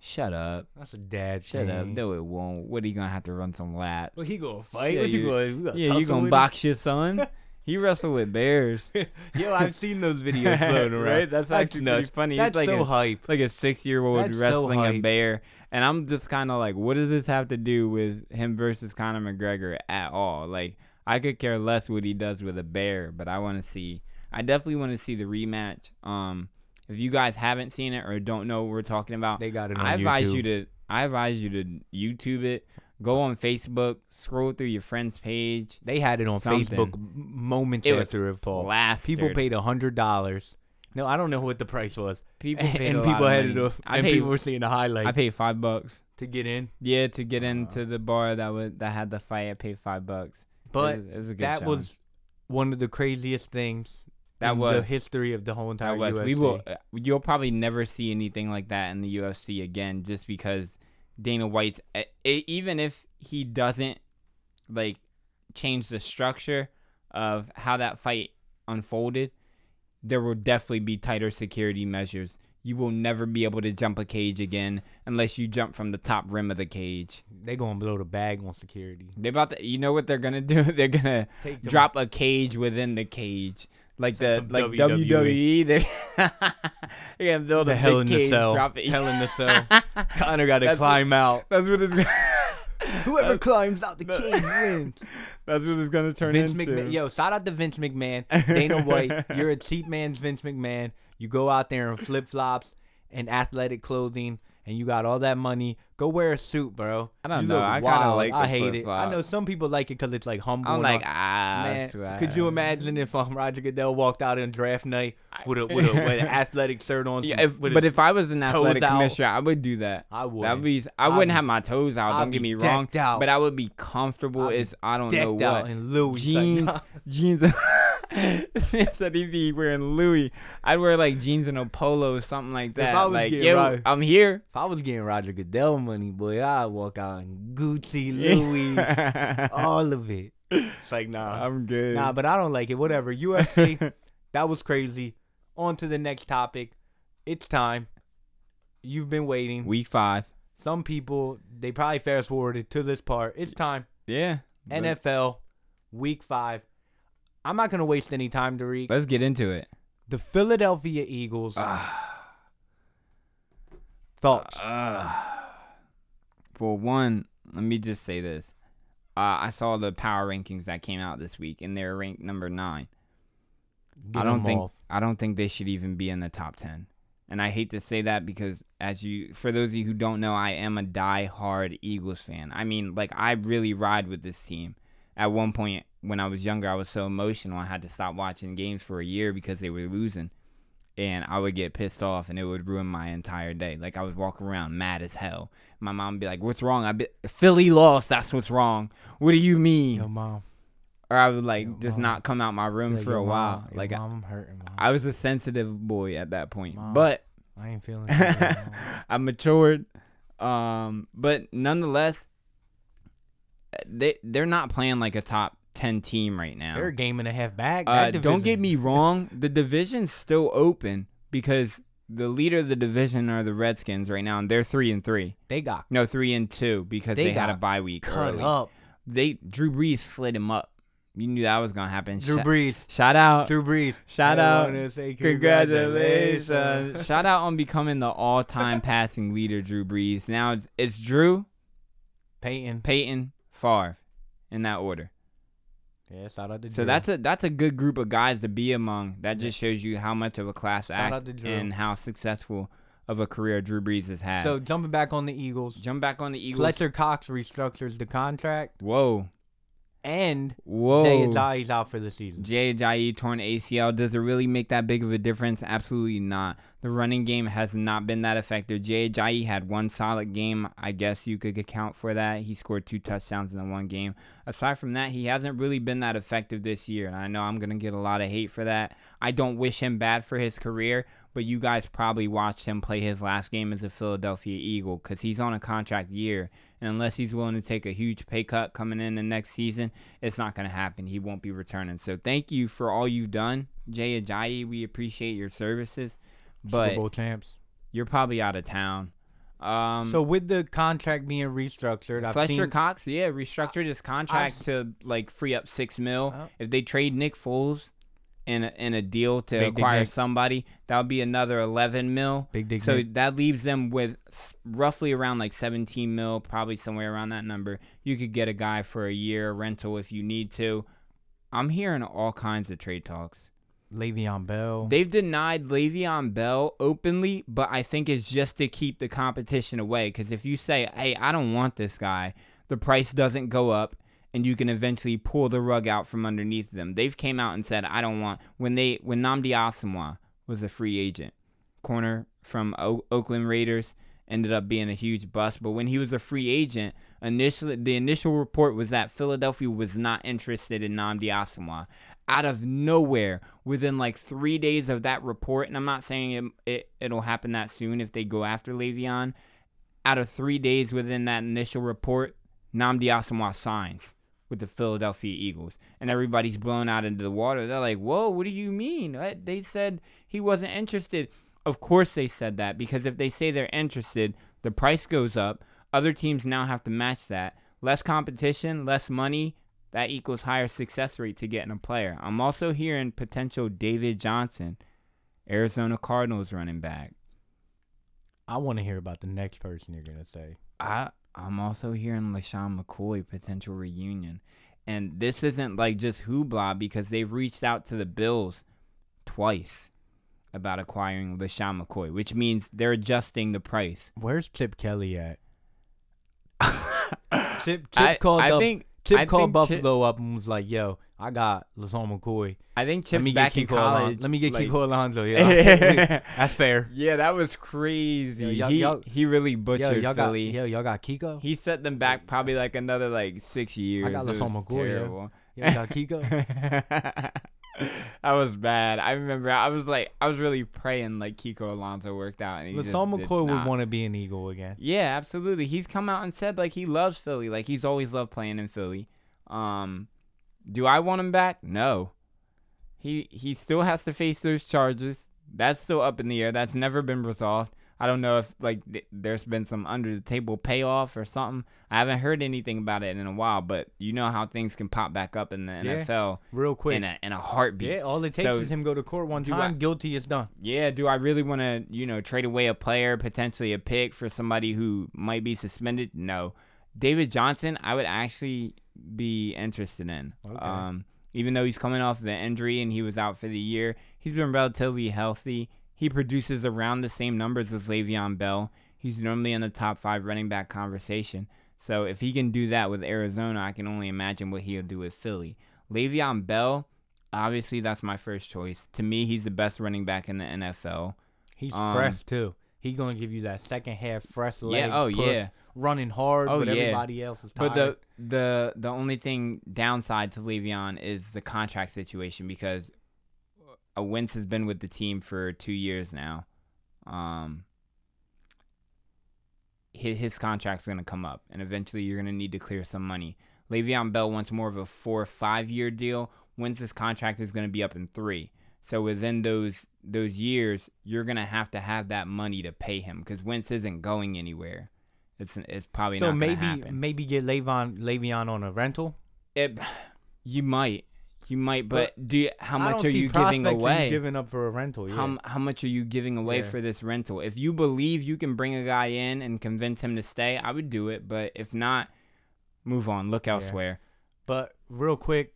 Speaker 3: Shut up.
Speaker 1: That's a dad
Speaker 3: Shut
Speaker 1: thing.
Speaker 3: up. No, it won't. What are you gonna have to run some laps?
Speaker 1: Well, he gonna fight?
Speaker 3: Yeah,
Speaker 1: what you,
Speaker 3: you-
Speaker 1: gonna? You gonna
Speaker 3: yeah, you
Speaker 1: tussle
Speaker 3: gonna
Speaker 1: with
Speaker 3: box your son? he wrestled with bears.
Speaker 1: him? [laughs] Yo, I've seen
Speaker 3: [laughs]
Speaker 1: those videos floating around.
Speaker 3: Right? That's actually pretty
Speaker 1: nuts.
Speaker 3: funny. It's
Speaker 1: That's
Speaker 3: like
Speaker 1: so
Speaker 3: a-
Speaker 1: hype.
Speaker 3: like a six year old
Speaker 1: That's so
Speaker 3: wrestling a
Speaker 1: hype.
Speaker 3: bear. And I'm just kind of like, what does this have to do with him versus Conor McGregor at all? Like, I could care less what he does with a bear, but I want to see. I definitely want to see the rematch. Um, if you guys haven't seen it or don't know what we're talking about,
Speaker 1: They got it on
Speaker 3: I advise
Speaker 1: YouTube.
Speaker 3: you to. I advise you to YouTube it. Go on Facebook, scroll through your friend's page.
Speaker 1: They had it on
Speaker 3: Something.
Speaker 1: Facebook m- moments
Speaker 3: It was
Speaker 1: after it fall.
Speaker 3: Last
Speaker 1: People paid a hundred dollars. No, I don't know what the price was.
Speaker 3: [laughs] People
Speaker 1: and,
Speaker 3: paid a
Speaker 1: people
Speaker 3: lot of
Speaker 1: had it
Speaker 3: money.
Speaker 1: off,
Speaker 3: I
Speaker 1: and
Speaker 3: paid-
Speaker 1: people were seeing the highlight
Speaker 3: I paid five bucks.
Speaker 1: to get in.
Speaker 3: Yeah, to get into the bar that was that had the fight, I paid five bucks.
Speaker 1: But
Speaker 3: it was, it was a good
Speaker 1: that
Speaker 3: showing.
Speaker 1: was one of the craziest things.
Speaker 3: That
Speaker 1: in the
Speaker 3: was.
Speaker 1: history of the whole entire
Speaker 3: that was.
Speaker 1: UFC.
Speaker 3: We will. uh, You'll probably never see anything like that in the UFC again, just because Dana White's e- e- even if he doesn't like change the structure of how that fight unfolded, there will definitely be tighter security measures. You will never be able to jump a cage again unless you jump from the top rim of the cage.
Speaker 1: They gonna blow the bag on security.
Speaker 3: They about to, you know what they're gonna [laughs] do? They're gonna
Speaker 1: Take them- [laughs]
Speaker 3: drop a cage within the cage, like
Speaker 1: Some-
Speaker 3: the
Speaker 1: some
Speaker 3: like
Speaker 1: WWE.
Speaker 3: E, WWE. [laughs] They're, they're gonna build
Speaker 1: the
Speaker 3: a
Speaker 1: hell
Speaker 3: big
Speaker 1: in
Speaker 3: cage,
Speaker 1: the cell.
Speaker 3: drop it.
Speaker 1: Hell in the [laughs] cell. Connor got to
Speaker 3: That's-
Speaker 1: climb out.
Speaker 3: [laughs] That's what it's.
Speaker 1: Whoever climbs
Speaker 3: [laughs]
Speaker 1: out the
Speaker 3: no.
Speaker 1: cage wins.
Speaker 3: [laughs] That's what it's gonna turn
Speaker 1: Vince
Speaker 3: into.
Speaker 1: McMahon. Yo, shout out to Vince McMahon. Dana
Speaker 3: [laughs]
Speaker 1: White, you're a cheap man's Vince McMahon. You go out there in flip flops and athletic clothing, and you got all that money. Go wear a suit, bro.
Speaker 3: I don't
Speaker 1: You
Speaker 3: know.
Speaker 1: look
Speaker 3: I kinda
Speaker 1: wild.
Speaker 3: like
Speaker 1: I
Speaker 3: the
Speaker 1: hate it. I know
Speaker 3: flip-flops.
Speaker 1: some people like it because it's like humble.
Speaker 3: I'm
Speaker 1: and
Speaker 3: like
Speaker 1: all-
Speaker 3: ah.
Speaker 1: Man,
Speaker 3: swear."
Speaker 1: could you imagine if um, Roger Goodell walked out on draft night with a with, a, with
Speaker 3: [laughs]
Speaker 1: an athletic shirt on?
Speaker 3: Yeah,
Speaker 1: some-
Speaker 3: if,
Speaker 1: with
Speaker 3: but
Speaker 1: a-
Speaker 3: if I was an
Speaker 1: toes
Speaker 3: athletic
Speaker 1: out.
Speaker 3: commissioner, I would do that.
Speaker 1: I would,
Speaker 3: That'd be. I
Speaker 1: I'd
Speaker 3: wouldn't
Speaker 1: be-
Speaker 3: have my toes out.
Speaker 1: I'd
Speaker 3: don't get
Speaker 1: be
Speaker 3: me wrong.
Speaker 1: decked out.
Speaker 3: But I would be comfortable.
Speaker 1: I'd be
Speaker 3: as I don't know
Speaker 1: decked
Speaker 3: what.
Speaker 1: out in Louis like,
Speaker 3: jeans,
Speaker 1: [laughs]
Speaker 3: jeans. [laughs] Said he'd be wearing Louis. I'd wear like jeans and a polo or something like that.
Speaker 1: I was
Speaker 3: like,
Speaker 1: getting
Speaker 3: yo,
Speaker 1: right-
Speaker 3: I'm here.
Speaker 1: If I was getting Roger Goodell money, boy, I'd walk out in
Speaker 3: [laughs]
Speaker 1: Gucci, Louis, all of it. It's like nah,
Speaker 3: I'm good.
Speaker 1: nah, but I don't like it. Whatever.
Speaker 3: [laughs]
Speaker 1: UFC, that was crazy. On to the next topic. It's time. You've been waiting.
Speaker 3: Week five.
Speaker 1: Some people they probably fast forwarded to this part. It's time.
Speaker 3: Yeah. Let-
Speaker 1: NFL, Week Five. I'm not gonna waste any time to read.
Speaker 3: Let's get into it.
Speaker 1: The Philadelphia Eagles.
Speaker 3: Ah.
Speaker 1: Thoughts?
Speaker 3: For one, let me just say this. Uh, I saw the power rankings that came out this week, and they're ranked number nine.
Speaker 1: Get
Speaker 3: I don't
Speaker 1: them
Speaker 3: think
Speaker 1: off.
Speaker 3: I don't think they should even be in the top ten. And I hate to say that because as you for those of you who don't know, I am a die-hard Eagles fan. I mean, like I really ride with this team. At one point when I was younger, I was so emotional I had to stop watching games for a year because they were losing. And I would get pissed off and it would ruin my entire day. Like I was walking around mad as hell. My mom would be like, What's wrong? I be- Philly lost, that's what's wrong. What do you mean?
Speaker 1: Yo, mom.
Speaker 3: Or I would like just
Speaker 1: mom.
Speaker 3: not come out my room
Speaker 1: Like,
Speaker 3: for
Speaker 1: yo,
Speaker 3: a
Speaker 1: mom.
Speaker 3: while.
Speaker 1: Yo,
Speaker 3: Like
Speaker 1: mom, I'm hurting. Mom. I,
Speaker 3: I was a sensitive boy at that point,
Speaker 1: Mom.
Speaker 3: but
Speaker 1: ain't feeling. good,
Speaker 3: [laughs]
Speaker 1: Mom.
Speaker 3: I matured. Um, but nonetheless, they they're not playing like a top ten team right now.
Speaker 1: They're a game and a half back.
Speaker 3: Uh,
Speaker 1: That
Speaker 3: don't get
Speaker 1: division-
Speaker 3: me wrong, the division's still open because the leader of the division are the Redskins right now, and they're three and three.
Speaker 1: They got
Speaker 3: No, three and two because
Speaker 1: They
Speaker 3: they, had a
Speaker 1: got
Speaker 3: bye week.
Speaker 1: cut
Speaker 3: early.
Speaker 1: up.
Speaker 3: They Drew Brees slid him up. You knew that was gonna happen.
Speaker 1: Drew
Speaker 3: Sh-
Speaker 1: Brees.
Speaker 3: Shout out.
Speaker 1: Drew Brees.
Speaker 3: Shout
Speaker 1: I
Speaker 3: out.
Speaker 1: wanna say
Speaker 3: Congratulations.
Speaker 1: congratulations.
Speaker 3: Shout out on becoming the all time passing leader, Drew Brees. Now it's, it's Drew,
Speaker 1: [laughs] Peyton.
Speaker 3: Peyton, Favre in that order.
Speaker 1: Yeah, shout out to
Speaker 3: So
Speaker 1: Drew.
Speaker 3: that's a that's a good group of guys to be among. That just shows you how much of a class
Speaker 1: Shout out
Speaker 3: act
Speaker 1: to Drew.
Speaker 3: and how successful of a career Drew Brees has had.
Speaker 1: So
Speaker 3: So
Speaker 1: jumping back on the Eagles,
Speaker 3: jump back on the Eagles.
Speaker 1: Fletcher Cox restructures the contract,
Speaker 3: Whoa.
Speaker 1: and
Speaker 3: Whoa.
Speaker 1: Jay Ajayi's out for the season.
Speaker 3: Jay Ajayi E, torn ACL. Does it really make that big of a difference? Absolutely not. The running game has not been that effective. Jay Ajayi E had one solid game. I guess you could account for that. He scored two touchdowns in the one game. Aside from that, he hasn't really been that effective this year. And I know I'm going to get a lot of hate for that. I don't wish him bad for his career, but you guys probably watched him play his last game as a Philadelphia Eagle because he's on a contract year. And unless he's willing to take a huge pay cut coming in the next season, it's not going to happen. He won't be returning. So thank you for all you've done, Jay Ajayi. We appreciate your services,
Speaker 1: Super
Speaker 3: but
Speaker 1: Bowl champs.
Speaker 3: you're probably out of town. Um,
Speaker 1: so with the contract being restructured, I've
Speaker 3: Fletcher
Speaker 1: seen
Speaker 3: Cox, yeah, restructured his contract
Speaker 1: s-
Speaker 3: to like free up six mil.
Speaker 1: Oh.
Speaker 3: If they trade Nick Foles in a, in a deal to
Speaker 1: Big Dick
Speaker 3: acquire
Speaker 1: Nick.
Speaker 3: somebody, that would be another eleven mil.
Speaker 1: Big Dick
Speaker 3: So
Speaker 1: Nick.
Speaker 3: that leaves them with s- roughly around like seventeen mil, probably somewhere around that number. You could get a guy for a year rental if you need to. I'm hearing all kinds of trade talks.
Speaker 1: Le'Veon Bell.
Speaker 3: They've denied Le'Veon Bell openly, but I think it's just to keep the competition away. Because if you say, "Hey, I don't want this guy," the price doesn't go up, and you can eventually pull the rug out from underneath them. They've came out and said, "I don't want." When they when Namdi Asamoah was a free agent, corner from o- Oakland Raiders, ended up being a huge bust. But when he was a free agent, initially the initial report was that Philadelphia was not interested in Namdi Asamoah. Out of nowhere, within like three days of that report, and I'm not saying it, it it'll happen that soon if they go after Le'Veon. Out of three days within that initial report, Namdi Asamoah signs with the Philadelphia Eagles, and Uh, everybody's blown out into the water. They're like, "Whoa, what do you mean? What? They said he wasn't interested." Of course they said that because if they say they're interested, the price goes up. Other teams now have to match that. Less competition, less money, that equals higher success rate to getting a player. I'm also hearing potential David Johnson, Arizona Cardinals running back.
Speaker 1: I want to hear about the next person you're gonna say.
Speaker 3: I I'm also hearing LaShawn McCoy potential reunion. And this isn't like just hoopla because they've reached out to the Bills twice about acquiring LaShawn McCoy, which means they're adjusting the price.
Speaker 1: Where's Chip Kelly at?
Speaker 3: [laughs]
Speaker 1: Chip Chip
Speaker 3: I-
Speaker 1: called
Speaker 3: I
Speaker 1: up.
Speaker 3: think-
Speaker 1: Chip
Speaker 3: I
Speaker 1: called
Speaker 3: think Chip-
Speaker 1: Buffalo up and was like, "Yo, I got LaShawn McCoy.
Speaker 3: I think
Speaker 1: Let
Speaker 3: Chip's
Speaker 1: me,
Speaker 3: back
Speaker 1: get
Speaker 3: in
Speaker 1: Kiko Alon-
Speaker 3: college.
Speaker 1: Let me get
Speaker 3: like- [laughs]
Speaker 1: Kiko Alonso. Yeah, that's fair.
Speaker 3: Yeah, that was crazy.
Speaker 1: Yo, y'all-
Speaker 3: he,
Speaker 1: y'all-
Speaker 3: he really
Speaker 1: Yo,
Speaker 3: butchered
Speaker 1: y'all got
Speaker 3: Philly.
Speaker 1: yo, y'all got Kiko.
Speaker 3: He set them back probably like another like six years.
Speaker 1: got
Speaker 3: It was
Speaker 1: LaShawn McCoy, yeah.
Speaker 3: terrible.
Speaker 1: Yo, y'all got
Speaker 3: [laughs]
Speaker 1: Kiko.
Speaker 3: that was bad. I remember I was like I was really praying like Kiko Alonso worked out and he just
Speaker 1: LaShawn
Speaker 3: did
Speaker 1: McCoy would
Speaker 3: not.
Speaker 1: want to be an Eagle again.
Speaker 3: Yeah, absolutely. He's come out and said like he loves Philly. Like he's always loved playing in Philly. Um do I want him back? No. He he still has to face those charges. That's still up in the air. That's never been resolved. I don't know if like th- there's been some under the table payoff or something. I haven't heard anything about it in a while, but you know how things can pop back up in the
Speaker 1: Yeah.
Speaker 3: NFL
Speaker 1: Real quick.
Speaker 3: in a in a heartbeat.
Speaker 1: Yeah, all it takes
Speaker 3: So,
Speaker 1: is him go to court one
Speaker 3: do I-
Speaker 1: time. guilty is done.
Speaker 3: yeah, do I really want to, you know, trade away a player, potentially a pick for somebody who might be suspended? No. David Johnson, I would actually be interested in.
Speaker 1: Okay.
Speaker 3: Um, even though he's coming off the injury and he was out for the year, he's been relatively healthy. He produces around the same numbers as Le'Veon Bell. He's normally in the top five running back conversation. So if he can do that with Arizona, I can only imagine what he'll do with Philly. Le'Veon Bell, obviously that's my first choice. To me, he's the best running back in the NFL.
Speaker 1: He's
Speaker 3: Um,
Speaker 1: fresh too. He gonna give you that second half fresh legs.
Speaker 3: yeah, oh
Speaker 1: push,
Speaker 3: yeah.
Speaker 1: running hard.
Speaker 3: Oh,
Speaker 1: but
Speaker 3: yeah.
Speaker 1: everybody else is tired.
Speaker 3: But the the the only thing downside to Le'Veon is the contract situation because uh, Wentz has been with the team for two years now. Um, his, his contract's gonna come up, and eventually you're gonna need to clear some money. Le'Veon Bell wants more of a four or five year deal. Wentz's contract is gonna be up in three. So within those those years, you're gonna have to have that money to pay him because Wentz isn't going anywhere. It's it's probably
Speaker 1: so
Speaker 3: not gonna
Speaker 1: maybe
Speaker 3: happen
Speaker 1: maybe get Le'Veon Le'Veon on a rental.
Speaker 3: it you might you might but, do you, how
Speaker 1: I
Speaker 3: much
Speaker 1: don't
Speaker 3: are
Speaker 1: see
Speaker 3: you
Speaker 1: prospects
Speaker 3: giving
Speaker 1: that
Speaker 3: away
Speaker 1: giving up for a rental? Yeah.
Speaker 3: how, m- how much are you giving away
Speaker 1: Yeah.
Speaker 3: for this rental if you believe you can bring a guy in and convince him to stay i would do it but if not move on look elsewhere
Speaker 1: but real quick,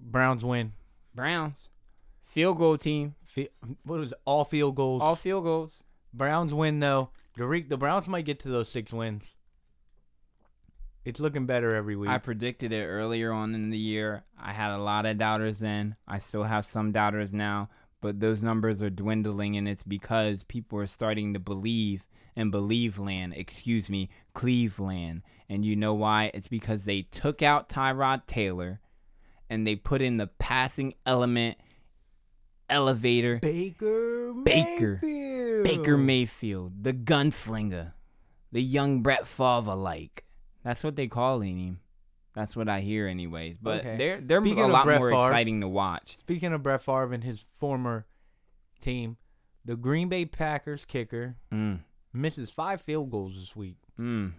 Speaker 1: Browns win.
Speaker 3: browns field goal team
Speaker 1: Fe- What was it? all field goals?
Speaker 3: all field goals
Speaker 1: Browns win though. The re- the Browns might get to those six wins. It's looking better every week.
Speaker 3: i predicted it earlier on in the year i had a lot of doubters then i still have some doubters now but those numbers are dwindling and it's because people are starting to believe in believe land excuse me cleveland and you know why it's because they took out tyrod taylor and they put in the passing element elevator
Speaker 1: Baker
Speaker 3: Baker.
Speaker 1: Mayfield.
Speaker 3: baker mayfield the gunslinger the young brett favre like that's what they call him that's what i hear anyways but
Speaker 1: Okay.
Speaker 3: they're they're
Speaker 1: Speaking
Speaker 3: a
Speaker 1: of
Speaker 3: lot
Speaker 1: Brett
Speaker 3: more
Speaker 1: Favre-
Speaker 3: exciting to watch
Speaker 1: Speaking of Brett Favre and his former team, the Green Bay Packers kicker
Speaker 3: mm,
Speaker 1: misses five field goals this week.
Speaker 3: mm.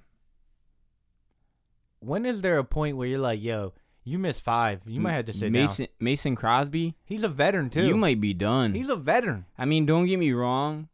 Speaker 1: When is there a point where you're like, yo, you missed five, you might have to sit down?
Speaker 3: Mason, Mason Crosby,
Speaker 1: He's a veteran too.
Speaker 3: you might be done.
Speaker 1: He's a veteran.
Speaker 3: I mean, don't get me wrong.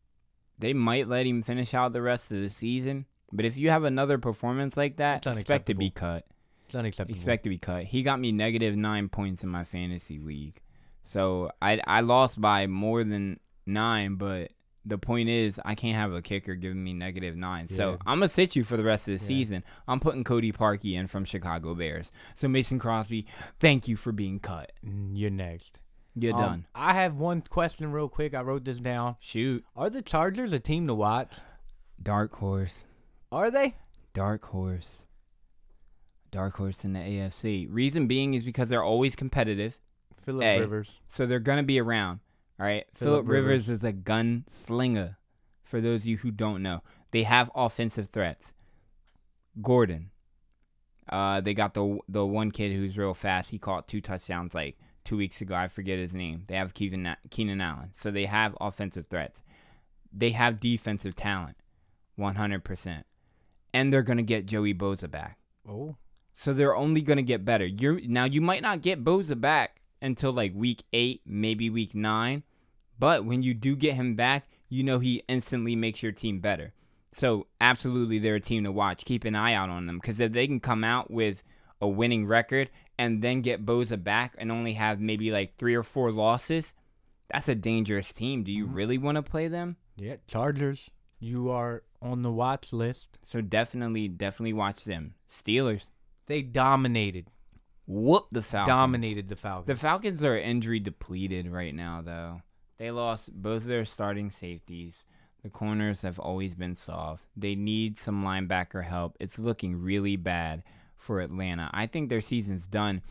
Speaker 3: They might let him finish out the rest of the season. But if you have another performance like that,
Speaker 1: It's
Speaker 3: expect to be cut.
Speaker 1: It's unacceptable.
Speaker 3: Expect to be cut. He got me negative nine points in my fantasy league. So I, I lost by more than nine, but the point is I can't have a kicker giving me negative nine.
Speaker 1: Yeah.
Speaker 3: So I'm gonna sit you for the rest of the
Speaker 1: Yeah.
Speaker 3: season. I'm putting Cody Parkey in from Chicago Bears. So Mason Crosby, thank you for being cut.
Speaker 1: Mm, You're next.
Speaker 3: You're
Speaker 1: Um,
Speaker 3: done.
Speaker 1: I have one question real quick. I wrote this down.
Speaker 3: Shoot.
Speaker 1: Are the Chargers a team to watch?
Speaker 3: Dark horse.
Speaker 1: Are they?
Speaker 3: Dark horse. Dark horse in the AFC. Reason being is because they're always competitive,
Speaker 1: Philip
Speaker 3: Hey.
Speaker 1: Rivers.
Speaker 3: so they're gonna be around. All right.
Speaker 1: Phillip
Speaker 3: Philip Rivers. is a gunslinger. For those of you who don't know, they have offensive threats. Gordon. Uh, they got the the one kid who's real fast. He caught two touchdowns like two weeks ago. I forget his name. They have Keenan Keenan Allen. So they have offensive threats. they have defensive talent, 100%. And they're going to get Joey Boza back.
Speaker 1: Oh,
Speaker 3: So they're only going to get better. You're now you might not get Boza back until like week 8, maybe week 9, but when you do get him back, you know he instantly makes your team better. So absolutely they're a team to watch. Keep an eye out on them cuz if they can come out with a winning record and then get Boza back and only have maybe like 3 or 4 losses, that's a dangerous team. Do you really want to play them?
Speaker 1: yeah, Chargers. You are on the watch list.
Speaker 3: So definitely, definitely watch them. Steelers
Speaker 1: They dominated,
Speaker 3: whoop the Falcons.
Speaker 1: dominated the Falcons.
Speaker 3: The Falcons are injury depleted right now, though. They lost both of their starting safeties. The corners have always been soft. They need some linebacker help. It's looking really bad for Atlanta. I think their season's done.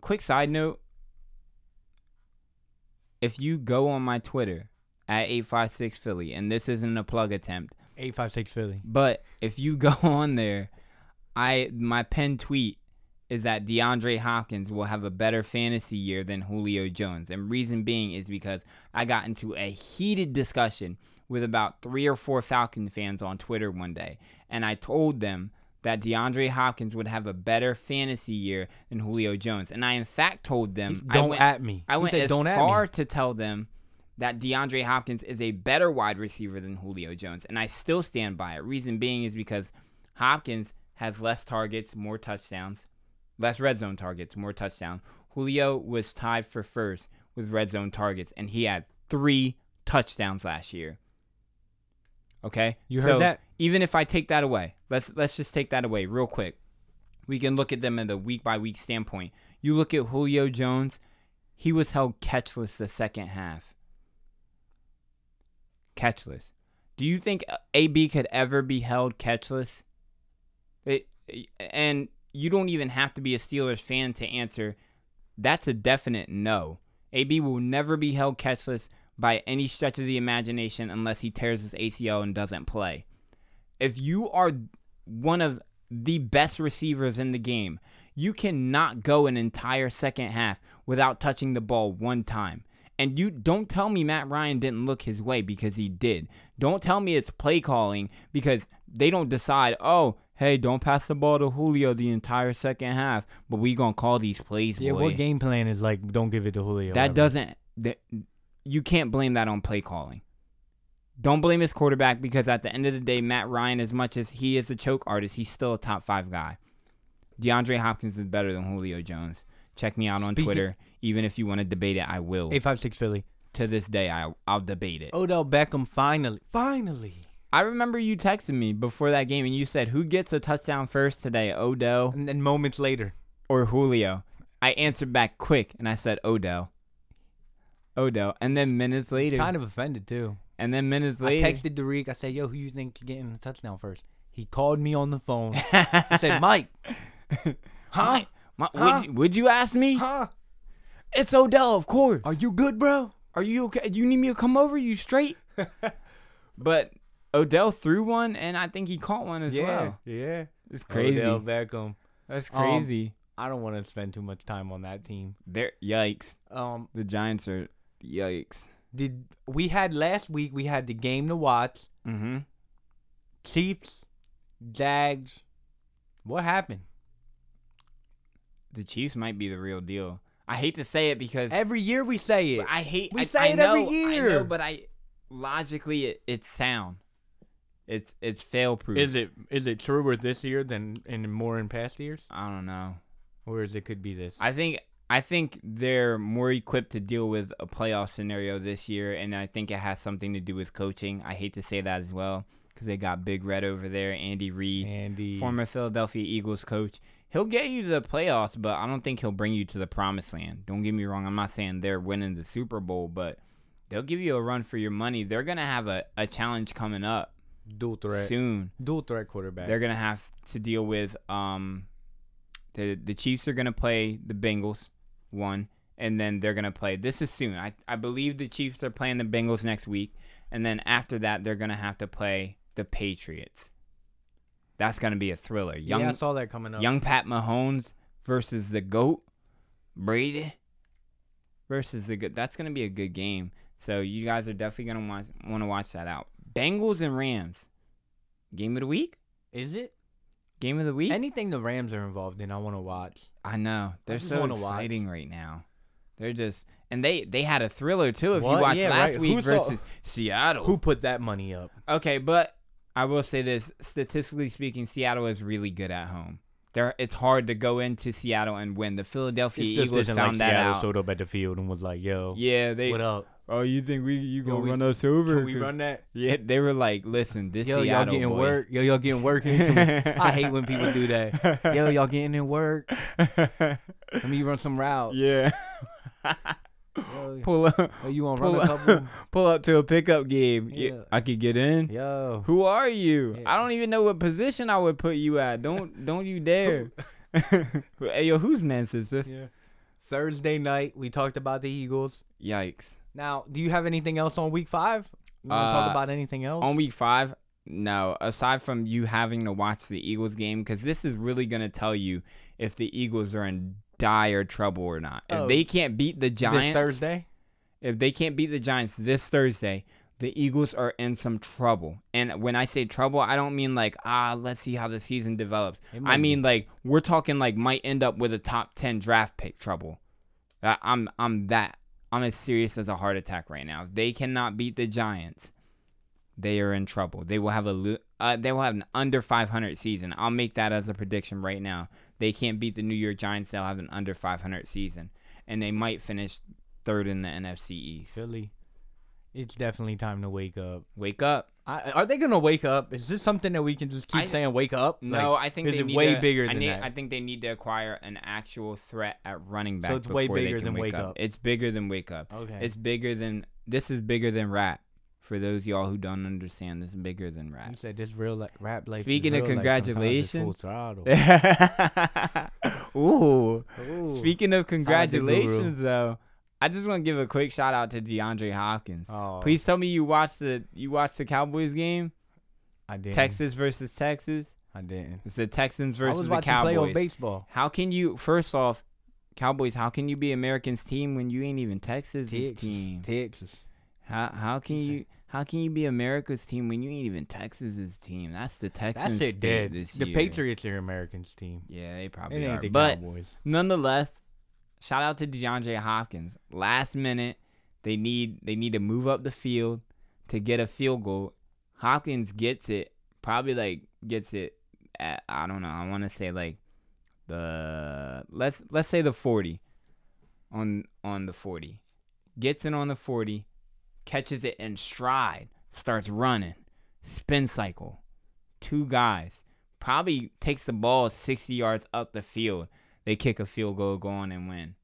Speaker 3: Quick side note if you go on my Twitter at 856 Philly, and this isn't a plug attempt,
Speaker 1: Eight five six Philly.
Speaker 3: But if you go [laughs] on there, I my pen tweet is that DeAndre Hopkins will have a better fantasy year than Julio Jones. And reason being is because I got into a heated discussion with about 3 or 4 Falcon fans on Twitter one day, and I told them that DeAndre Hopkins would have a better fantasy year than Julio Jones. And I in fact told them I
Speaker 1: Don't
Speaker 3: went-
Speaker 1: at me.
Speaker 3: I
Speaker 1: He
Speaker 3: went
Speaker 1: said,
Speaker 3: as
Speaker 1: "Don't at me."
Speaker 3: far to tell them that DeAndre Hopkins is a better wide receiver than Julio Jones, and I still stand by it. Reason being is because Hopkins has less targets, more touchdowns, less red zone targets, more touchdowns. Julio was tied for first with red zone targets, and he had three touchdowns last year. Okay,
Speaker 1: You heard that?
Speaker 3: Even if I take that away, let's let's just take that away real quick. We can look at them at a week by week standpoint. You look at Julio Jones, he was held catchless the second half. Catchless. Do you think AB could ever be held catchless? It, and you don't even have to be a Steelers fan to answer. That's a definite no. AB will never be held catchless by any stretch of the imagination unless he tears his ACL and doesn't play. If you are one of the best receivers in the game, you cannot go an entire second half without touching the ball one time. And you don't tell me Matt Ryan didn't look his way because he did. Don't tell me it's play calling because they don't decide, oh, hey, don't pass the ball to Julio the entire second half, but we gonna call these plays.
Speaker 1: Yeah,
Speaker 3: boy.
Speaker 1: what game plan is like? Don't give it to Julio.
Speaker 3: That
Speaker 1: ever.
Speaker 3: doesn't that you can't blame that on play calling. Don't blame his quarterback because at the end of the day, Matt Ryan, as much as he is a choke artist, he's still a top five guy. DeAndre Hopkins is better than Julio Jones. Check me out on
Speaker 1: Speaking-
Speaker 3: Twitter. Even if you want to debate it, I will.
Speaker 1: Eight five six Philly.
Speaker 3: to this day, I I'll debate it.
Speaker 1: Odell Beckham finally, finally.
Speaker 3: I remember you texting me before that game, and you said, "Who gets a touchdown first today, Odell
Speaker 1: And then moments later,
Speaker 3: or Julio?" I answered back quick, and I said, "Odell." Odell, and then minutes
Speaker 1: he's
Speaker 3: later,
Speaker 1: kind of offended too.
Speaker 3: and then minutes
Speaker 1: I
Speaker 3: later,
Speaker 1: texted Derek. I said, "Yo, who you think getting a touchdown first? He called me on the phone. I said, "Mike, huh? Huh?
Speaker 3: My- my- would, you, would you ask me?
Speaker 1: Huh?
Speaker 3: It's Odell, of course.
Speaker 1: Are you good, bro?"
Speaker 3: Are you okay? You need me to come over? You
Speaker 1: [laughs]
Speaker 3: straight? but Odell threw one, and I think he caught one as well.
Speaker 1: yeah. It's
Speaker 3: crazy.
Speaker 1: Odell Beckham.
Speaker 3: That's
Speaker 1: Um,
Speaker 3: crazy.
Speaker 1: I don't want to spend too much time on that team.
Speaker 3: There, yikes!
Speaker 1: Um,
Speaker 3: The Giants are yikes.
Speaker 1: did we had last week? We had the game to watch.
Speaker 3: Mm-hmm.
Speaker 1: Chiefs, Jags. What happened?
Speaker 3: The Chiefs might be the real deal. I hate to say it because
Speaker 1: Every year we say it.
Speaker 3: But I hate.
Speaker 1: We
Speaker 3: I,
Speaker 1: say
Speaker 3: I
Speaker 1: it every
Speaker 3: know,
Speaker 1: year.
Speaker 3: I know, but I logically it, it's sound. It's it's fail proof.
Speaker 1: Is it is it truer this year than in more in past years,
Speaker 3: I don't know.
Speaker 1: or is it could be this?
Speaker 3: I think I think they're more equipped to deal with a playoff scenario this year, and I think it has something to do with coaching. I hate to say that as well because they got Big Red over there, Andy Reid,
Speaker 1: Andy,
Speaker 3: former Philadelphia Eagles coach. He'll get you to the playoffs, but I don't think he'll bring you to the promised land. Don't get me wrong. I'm not saying they're winning the Super Bowl, but they'll give you a run for your money. They're going to have a, a challenge coming up
Speaker 1: dual threat,
Speaker 3: soon.
Speaker 1: dual threat quarterback.
Speaker 3: They're gonna have to deal with um, the the Chiefs are gonna play the Bengals one, and then they're gonna play. This is soon. I I believe the Chiefs are playing the Bengals next week, and then after that they're gonna have to play the Patriots. That's gonna be a thriller. Young
Speaker 1: yeah, I saw that coming up.
Speaker 3: young Pat Mahomes versus the goat Brady versus the good. That's gonna be a good game. So you guys are definitely gonna want want to watch that out. Bengals and Rams, game of the week.
Speaker 1: Is it
Speaker 3: Game of the week.
Speaker 1: anything the Rams are involved in? I want to watch.
Speaker 3: I know they're
Speaker 1: just
Speaker 3: so
Speaker 1: wanna watch.
Speaker 3: exciting right now. They're just and they they had a thriller too. If
Speaker 1: What?
Speaker 3: you watched
Speaker 1: Yeah,
Speaker 3: last
Speaker 1: right.
Speaker 3: week
Speaker 1: Who saw-
Speaker 3: versus Seattle.
Speaker 1: Who put that money up?
Speaker 3: Okay, but I will say this: statistically speaking, Seattle is really good at home. There, it's hard to go into Seattle and win. The Philadelphia
Speaker 1: It's just
Speaker 3: Eagles
Speaker 1: isn't
Speaker 3: found
Speaker 1: like
Speaker 3: that
Speaker 1: Seattle
Speaker 3: out.
Speaker 1: showed up at the field and was like, "Yo,
Speaker 3: yeah, they.
Speaker 1: what up?
Speaker 3: Oh, you think we you
Speaker 1: gonna we- run
Speaker 3: us over?
Speaker 1: Can we run that?
Speaker 3: Yeah, they were like, listen, this
Speaker 1: Yo, y'all
Speaker 3: Seattle
Speaker 1: getting
Speaker 3: boy.
Speaker 1: work? [laughs] Yo, y'all getting work? in? Can we- I hate when people do that. Yo,
Speaker 3: [laughs]
Speaker 1: y'all getting in work? Let me run some routes.
Speaker 3: yeah.
Speaker 1: Yo,
Speaker 3: pull up,
Speaker 1: yo, you want to
Speaker 3: pull
Speaker 1: run a couple? [laughs]
Speaker 3: up, pull up to a pickup game. Yeah.
Speaker 1: Yeah.
Speaker 3: I could get in.
Speaker 1: Yo,
Speaker 3: Who are you?
Speaker 1: Yeah.
Speaker 3: I don't even know what position I would put you
Speaker 1: [laughs]
Speaker 3: at. Don't don't you dare. [laughs] hey, yo, whose man's is this?
Speaker 1: Yeah. Thursday night, we talked about the Eagles.
Speaker 3: Yikes.
Speaker 1: Now, do you have anything else on week five? You want to
Speaker 3: Uh,
Speaker 1: talk about anything else?
Speaker 3: On week five, no. Aside from you having to watch the Eagles game, because this is really gonna tell you if the Eagles are in dire trouble or not. If
Speaker 1: Oh.
Speaker 3: they can't beat the Giants
Speaker 1: this Thursday?
Speaker 3: if they can't beat the Giants this Thursday, the Eagles are in some trouble. And when I say trouble, I don't mean like, ah, let's see how the season develops.
Speaker 1: It might
Speaker 3: I
Speaker 1: be-
Speaker 3: mean like we're talking like might end up with a top 10 draft pick trouble. I- I'm I'm that I'm as serious as a heart attack right now. If they cannot beat the Giants, they are in trouble. They will have a lo- uh, they will have an under 500 season. I'll make that as a prediction right now. They can't beat the New York Giants. They'll have an under 500 season, and they might finish third in the NFC East.
Speaker 1: Philly. It's definitely time to wake up.
Speaker 3: Wake up!
Speaker 1: I, are they gonna wake up? Is this something that we can just keep
Speaker 3: I-
Speaker 1: saying "wake up"?
Speaker 3: No,
Speaker 1: Like,
Speaker 3: I think
Speaker 1: is
Speaker 3: they
Speaker 1: it
Speaker 3: need
Speaker 1: way
Speaker 3: to-
Speaker 1: bigger
Speaker 3: I
Speaker 1: than
Speaker 3: need-
Speaker 1: that.
Speaker 3: I think they need to acquire an actual threat at running back.
Speaker 1: it's way
Speaker 3: before they
Speaker 1: bigger
Speaker 3: can
Speaker 1: than Wake Up.
Speaker 3: It's bigger than wake up.
Speaker 1: okay,
Speaker 3: It's bigger than this is bigger than rap. For those of y'all who don't understand, this is bigger than
Speaker 1: you
Speaker 3: rap.
Speaker 1: said this real like, rap like.
Speaker 3: Speaking of congratulations- [laughs] [laughs] Ooh. Speaking of
Speaker 1: like the guru.
Speaker 3: congratulations though, I just want to give a quick shout out to DeAndre Hopkins.
Speaker 1: oh,
Speaker 3: Please tell me you watched the you watched the Cowboys game?
Speaker 1: I didn't.
Speaker 3: Texas versus Texas.
Speaker 1: I didn't.
Speaker 3: It's the Texans
Speaker 1: I
Speaker 3: versus
Speaker 1: was
Speaker 3: the
Speaker 1: watching
Speaker 3: Cowboys.
Speaker 1: play on baseball.
Speaker 3: How can you first off, Cowboys, how can you be Americans team when you ain't even Texas' team?
Speaker 1: Texas, Texas.
Speaker 3: How how can
Speaker 1: Say-
Speaker 3: you how can you be America's team when you ain't even Texas's team? That's the Texans.
Speaker 1: That's it,
Speaker 3: state
Speaker 1: dead.
Speaker 3: This
Speaker 1: The
Speaker 3: year.
Speaker 1: Patriots are Americans team.
Speaker 3: Yeah, they probably
Speaker 1: It
Speaker 3: are.
Speaker 1: ain't the
Speaker 3: But
Speaker 1: Cowboys.
Speaker 3: nonetheless, shout out to DeAndre Hopkins. Last minute, they need they need to move up the field to get a field goal. Hopkins gets it. Probably like gets it at I don't know. I want to say like the let's let's say the 40 on on the 40. Gets it on the 40, catches it in stride, starts running. Spin cycle. Two guys. Probably takes the ball 60 yards up the field they kick a field goal, go on and win.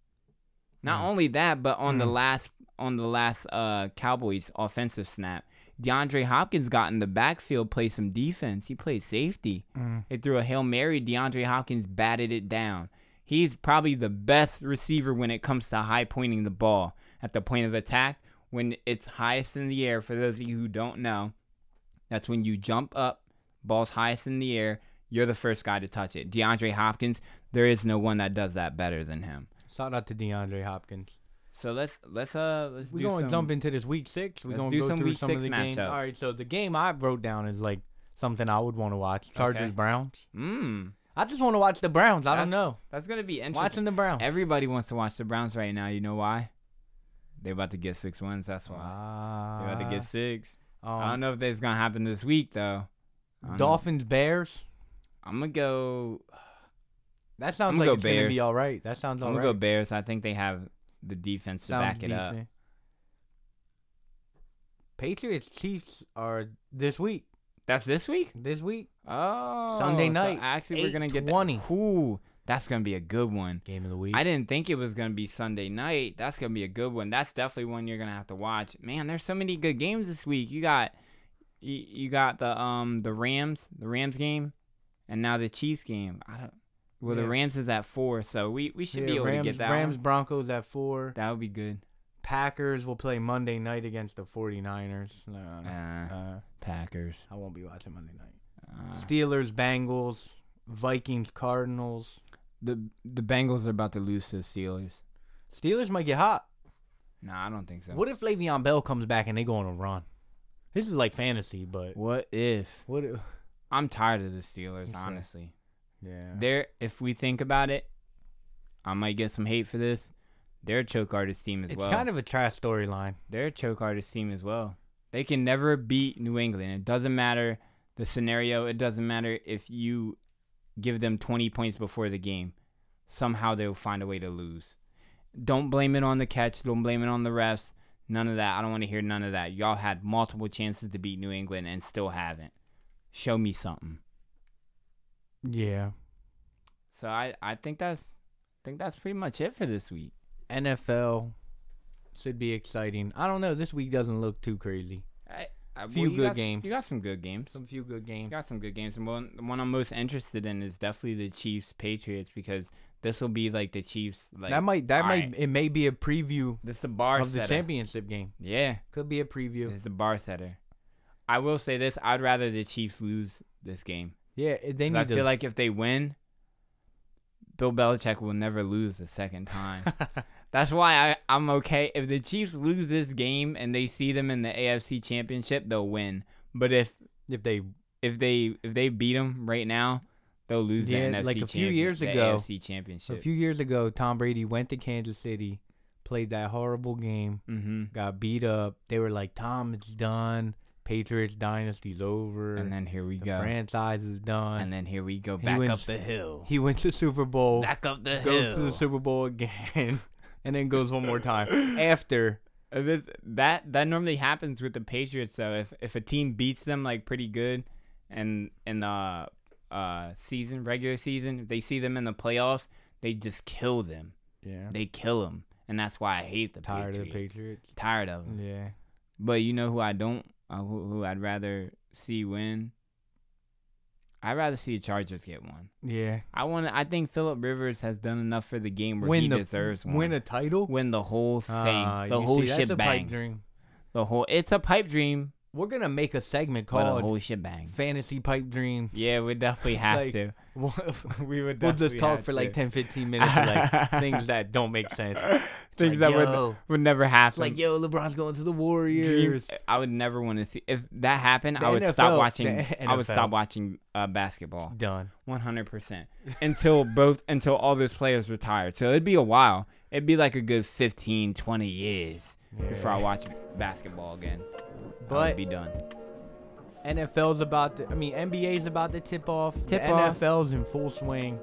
Speaker 3: Not
Speaker 1: Mm.
Speaker 3: only that, but on the
Speaker 1: Mm.
Speaker 3: last on the last uh Cowboys offensive snap, DeAndre Hopkins got in the backfield, played some defense. He played safety.
Speaker 1: Mm.
Speaker 3: They threw a Hail Mary. DeAndre Hopkins batted it down. He's probably the best receiver when it comes to high pointing the ball at the point of attack when it's highest in the air. For those of you who don't know, that's when you jump up, ball's highest in the air, you're the first guy to touch it. DeAndre Hopkins, there is no one that does that better than him.
Speaker 1: Shout out to DeAndre Hopkins.
Speaker 3: So let's let's uh let's
Speaker 1: We're
Speaker 3: do
Speaker 1: gonna
Speaker 3: some,
Speaker 1: jump into this week six. We're
Speaker 3: Let's
Speaker 1: gonna
Speaker 3: do
Speaker 1: go
Speaker 3: some
Speaker 1: through
Speaker 3: week
Speaker 1: some of
Speaker 3: six
Speaker 1: the games.
Speaker 3: matchups.
Speaker 1: All right, so the game I wrote down is like something I would want to watch. Chargers Browns.
Speaker 3: Mm,
Speaker 1: I just want to watch the Browns. I don't know.
Speaker 3: that's gonna be interesting.
Speaker 1: Watching the Browns.
Speaker 3: Everybody wants to watch the Browns right now. You know why? They're about to get six wins. That's why. They're about to get six. I don't
Speaker 1: Uh, um,
Speaker 3: know if that's gonna happen this week though. I don't know.
Speaker 1: Dolphins Bears.
Speaker 3: I'm gonna go.
Speaker 1: That sounds
Speaker 3: I'ma
Speaker 1: like
Speaker 3: go
Speaker 1: it's gonna be
Speaker 3: Bears.
Speaker 1: all right. That sounds
Speaker 3: I'm
Speaker 1: all
Speaker 3: gonna go
Speaker 1: right.
Speaker 3: Bears. I think they have the defense to
Speaker 1: Sounds
Speaker 3: back it up.
Speaker 1: decent. Patriots Chiefs are this week.
Speaker 3: That's this week.
Speaker 1: This week
Speaker 3: Oh,
Speaker 1: Sunday
Speaker 3: so
Speaker 1: night,
Speaker 3: actually, we're gonna get
Speaker 1: 8:20.
Speaker 3: that. Ooh, that's gonna be a good one.
Speaker 1: game of the week.
Speaker 3: I didn't think it was gonna be Sunday night. That's gonna be a good one. That's definitely one you're gonna have to watch. Man, there's so many good games this week. You got, you, you got the um the Rams, the Rams game, and now the Chiefs game. I don't. Well,
Speaker 1: Yeah.
Speaker 3: the Rams is at four, so we we should
Speaker 1: Yeah,
Speaker 3: be able
Speaker 1: Rams,
Speaker 3: to get that.
Speaker 1: Rams
Speaker 3: one.
Speaker 1: Broncos at four.
Speaker 3: That would be good.
Speaker 1: Packers will play Monday night against the 49ers. No,
Speaker 3: Uh,
Speaker 1: uh,
Speaker 3: Packers.
Speaker 1: I won't be watching Monday night.
Speaker 3: Uh,
Speaker 1: Steelers Bengals, Vikings Cardinals.
Speaker 3: the the Bengals are about to lose to the Steelers.
Speaker 1: Steelers might get hot.
Speaker 3: No, I don't think so.
Speaker 1: What if Le'Veon Bell comes back and they go on a run? This is like fantasy, but
Speaker 3: What if?
Speaker 1: what? If,
Speaker 3: I'm tired of the Steelers,
Speaker 1: Yes, sir.
Speaker 3: honestly.
Speaker 1: yeah.
Speaker 3: They're if we think about it, I might get some hate for this. They're a choke artist team as
Speaker 1: It's
Speaker 3: well.
Speaker 1: kind of a trash storyline.
Speaker 3: They're a choke artist team as well. They can never beat New England. It doesn't matter the scenario. It doesn't matter if you give them 20 points before the game. Somehow they'll find a way to lose. Don't blame it on the catch. Don't blame it on the refs. None of that. I don't want to hear none of that. Y'all had multiple chances to beat New England and still haven't. Show me something.
Speaker 1: Yeah.
Speaker 3: So I, I think that's I think that's pretty much it for this week.
Speaker 1: NFL should be exciting. I don't know. This week doesn't look too crazy.
Speaker 3: I, I,
Speaker 1: Few
Speaker 3: well, you
Speaker 1: good
Speaker 3: got s-
Speaker 1: games.
Speaker 3: You got some good games.
Speaker 1: Some few good
Speaker 3: We
Speaker 1: games.
Speaker 3: got some good games, and one the one I'm most interested in is definitely the Chiefs Patriots because this will be like the Chiefs like
Speaker 1: that might. That
Speaker 3: all
Speaker 1: might.
Speaker 3: right.
Speaker 1: It may be a preview
Speaker 3: this the bar
Speaker 1: of the
Speaker 3: setter.
Speaker 1: championship game.
Speaker 3: Yeah,
Speaker 1: Could be a preview.
Speaker 3: it's the bar setter. I will say this: I'd rather the Chiefs lose this game.
Speaker 1: Yeah. it- They
Speaker 3: 'Cause
Speaker 1: need
Speaker 3: I
Speaker 1: to. [laughs]
Speaker 3: feel like if they win, Bill Belichick will never lose the second time. That's why I, I'm okay. If the Chiefs lose this game and they see them in the AFC Championship, they'll win. But if
Speaker 1: if they
Speaker 3: if they if they beat them right now, they'll lose
Speaker 1: Yeah,
Speaker 3: the NFC
Speaker 1: like a few
Speaker 3: champion-
Speaker 1: years
Speaker 3: the
Speaker 1: ago-
Speaker 3: AFC championship.
Speaker 1: a few years ago, Tom Brady went to Kansas City, played that horrible game,
Speaker 3: mm-hmm.
Speaker 1: got beat up. They were like, "Tom, it's done. Patriots dynasty's over.
Speaker 3: And then here we
Speaker 1: the
Speaker 3: go.
Speaker 1: franchise is done."
Speaker 3: and then here we go
Speaker 1: He
Speaker 3: back
Speaker 1: wins-
Speaker 3: up the hill.
Speaker 1: he went to Super Bowl.
Speaker 3: Back up the
Speaker 1: goes
Speaker 3: hill.
Speaker 1: to the Super Bowl again, [laughs] and then goes one more
Speaker 3: [laughs]
Speaker 1: time after.
Speaker 3: And this- that that normally happens with the Patriots though. If if a team beats them like pretty good, and in the uh, season regular season, if they see them in the playoffs, they just kill them.
Speaker 1: Yeah,
Speaker 3: They kill them, and that's why I hate the
Speaker 1: tired
Speaker 3: Patriots.
Speaker 1: of the Patriots. Mm.
Speaker 3: Tired of them.
Speaker 1: Yeah,
Speaker 3: But you know who I don't, uh, who, who I'd rather see win. I'd rather see the Chargers get one.
Speaker 1: yeah.
Speaker 3: I want. I think Philip Rivers has done enough for the game where he
Speaker 1: the
Speaker 3: deserves one.
Speaker 1: win a title.
Speaker 3: win the whole thing,
Speaker 1: Ah,
Speaker 3: the
Speaker 1: you
Speaker 3: whole
Speaker 1: see, that's
Speaker 3: shit
Speaker 1: a pipe
Speaker 3: bang,
Speaker 1: dream.
Speaker 3: the whole. It's a pipe dream,
Speaker 1: We're gonna make a segment
Speaker 3: but a
Speaker 1: called
Speaker 3: whole shit bang.
Speaker 1: "Fantasy Pipe Dream."
Speaker 3: Yeah, we definitely have
Speaker 1: Like,
Speaker 3: to.
Speaker 1: [laughs] we'll
Speaker 3: We would.
Speaker 1: we'll just talk for like 10, 15 minutes, of,
Speaker 3: [laughs]
Speaker 1: like things [laughs] that don't make sense. It's
Speaker 3: things
Speaker 1: like,
Speaker 3: that [laughs] would
Speaker 1: yo.
Speaker 3: would never happen.
Speaker 1: It's like, yo, LeBron's going to the
Speaker 3: Dream-
Speaker 1: Warriors.
Speaker 3: I would never want to see if that happened.
Speaker 1: The
Speaker 3: I would
Speaker 1: NFL
Speaker 3: stop watching.
Speaker 1: the
Speaker 3: I would
Speaker 1: NFL.
Speaker 3: stop watching uh, basketball.
Speaker 1: Done.
Speaker 3: One hundred
Speaker 1: [laughs]
Speaker 3: percent. Until both until all those players retired. So it'd be a while. It'd be like a good 15, 20 years before I watch basketball again. I
Speaker 1: But
Speaker 3: would be done.
Speaker 1: NFL's about to. I mean, NBA's about to tip off.
Speaker 3: Tip
Speaker 1: the
Speaker 3: off.
Speaker 1: NFL's in full swing.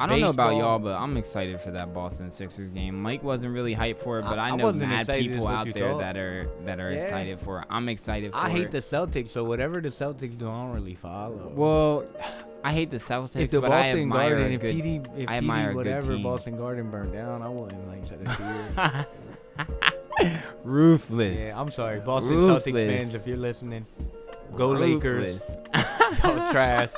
Speaker 3: I don't know about
Speaker 1: baseball.
Speaker 3: y'all, but I'm excited for that Boston Sixers game. Mike wasn't really hyped for it, but
Speaker 1: I-
Speaker 3: I,
Speaker 1: I
Speaker 3: know
Speaker 1: wasn't
Speaker 3: mad
Speaker 1: excited as
Speaker 3: people
Speaker 1: what
Speaker 3: out
Speaker 1: you
Speaker 3: there
Speaker 1: thought.
Speaker 3: that are that are
Speaker 1: Yeah.
Speaker 3: excited for it. I'm excited for
Speaker 1: I hate
Speaker 3: it.
Speaker 1: the Celtics, so whatever the Celtics do, I don't really follow.
Speaker 3: Well, I hate the Celtics,
Speaker 1: if the
Speaker 3: but I
Speaker 1: Boston
Speaker 3: admire
Speaker 1: Garden,
Speaker 3: a
Speaker 1: if
Speaker 3: good-
Speaker 1: TD, if
Speaker 3: I admire a
Speaker 1: TD
Speaker 3: good
Speaker 1: whatever
Speaker 3: team.
Speaker 1: Boston Garden burned down, I wouldn't like shed a tear.
Speaker 3: ruthless.
Speaker 1: yeah, I'm sorry, Boston Celtics
Speaker 3: Ruthless.
Speaker 1: fans, if you're listening, go Lakers.
Speaker 3: Ruthless.
Speaker 1: Y'all trash.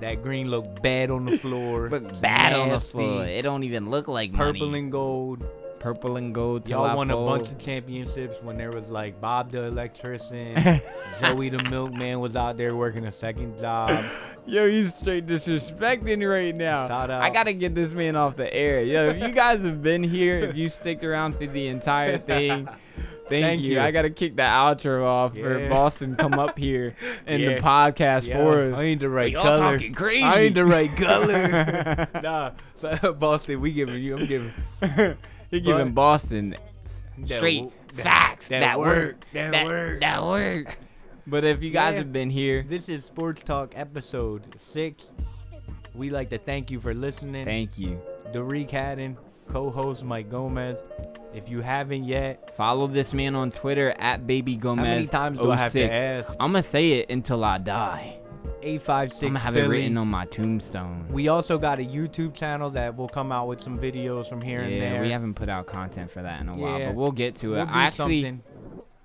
Speaker 1: That green looked bad on the floor.
Speaker 3: Look bad on the
Speaker 1: nasty,
Speaker 3: floor. It don't even look like
Speaker 1: Purple
Speaker 3: money.
Speaker 1: and gold.
Speaker 3: purple and gold. till I
Speaker 1: Y'all won a bunch
Speaker 3: fold.
Speaker 1: of championships when there was like Bob the
Speaker 3: [laughs]
Speaker 1: electrician, Joey the milkman was out there working a second job.
Speaker 3: Yo, he's straight disrespecting right now.
Speaker 1: Shout out.
Speaker 3: I gotta get this man off the air. Yo, if you guys have been here, if you sticked around through the
Speaker 1: [laughs]
Speaker 3: entire thing, thank,
Speaker 1: Thank
Speaker 3: you.
Speaker 1: you.
Speaker 3: I gotta kick the outro off
Speaker 1: Yeah.
Speaker 3: for Boston come
Speaker 1: [laughs]
Speaker 3: up here and
Speaker 1: Yeah.
Speaker 3: the podcast
Speaker 1: Yeah,
Speaker 3: for us.
Speaker 1: I need the right
Speaker 3: Y'all
Speaker 1: color.
Speaker 3: talking crazy.
Speaker 1: I ain't the
Speaker 3: [laughs]
Speaker 1: right color. nah, so [laughs] Boston, we giving you. I'm giving
Speaker 3: You're giving
Speaker 1: But-
Speaker 3: Boston
Speaker 1: that
Speaker 3: straight
Speaker 1: wo- that-
Speaker 3: facts
Speaker 1: that
Speaker 3: that,
Speaker 1: work,
Speaker 3: work,
Speaker 1: that work.
Speaker 3: that work. But if you guys
Speaker 1: Yeah.
Speaker 3: have been here,
Speaker 1: This is Sports Talk episode six. We like to thank you for listening.
Speaker 3: thank you.
Speaker 1: Derek Haddon, co-host Mike Gomez. If you haven't yet,
Speaker 3: Follow this man on Twitter at Baby Gomez.
Speaker 1: many times do I have to ask?
Speaker 3: I'm gonna say it until I die.
Speaker 1: eight five six.
Speaker 3: I'm gonna have it written on my tombstone.
Speaker 1: We also got a YouTube channel that will come out with some videos from here and
Speaker 3: yeah,
Speaker 1: there.
Speaker 3: we haven't put out content for that in a while,
Speaker 1: Yeah.
Speaker 3: but we'll get to it.
Speaker 1: We'll do
Speaker 3: I actually,
Speaker 1: something.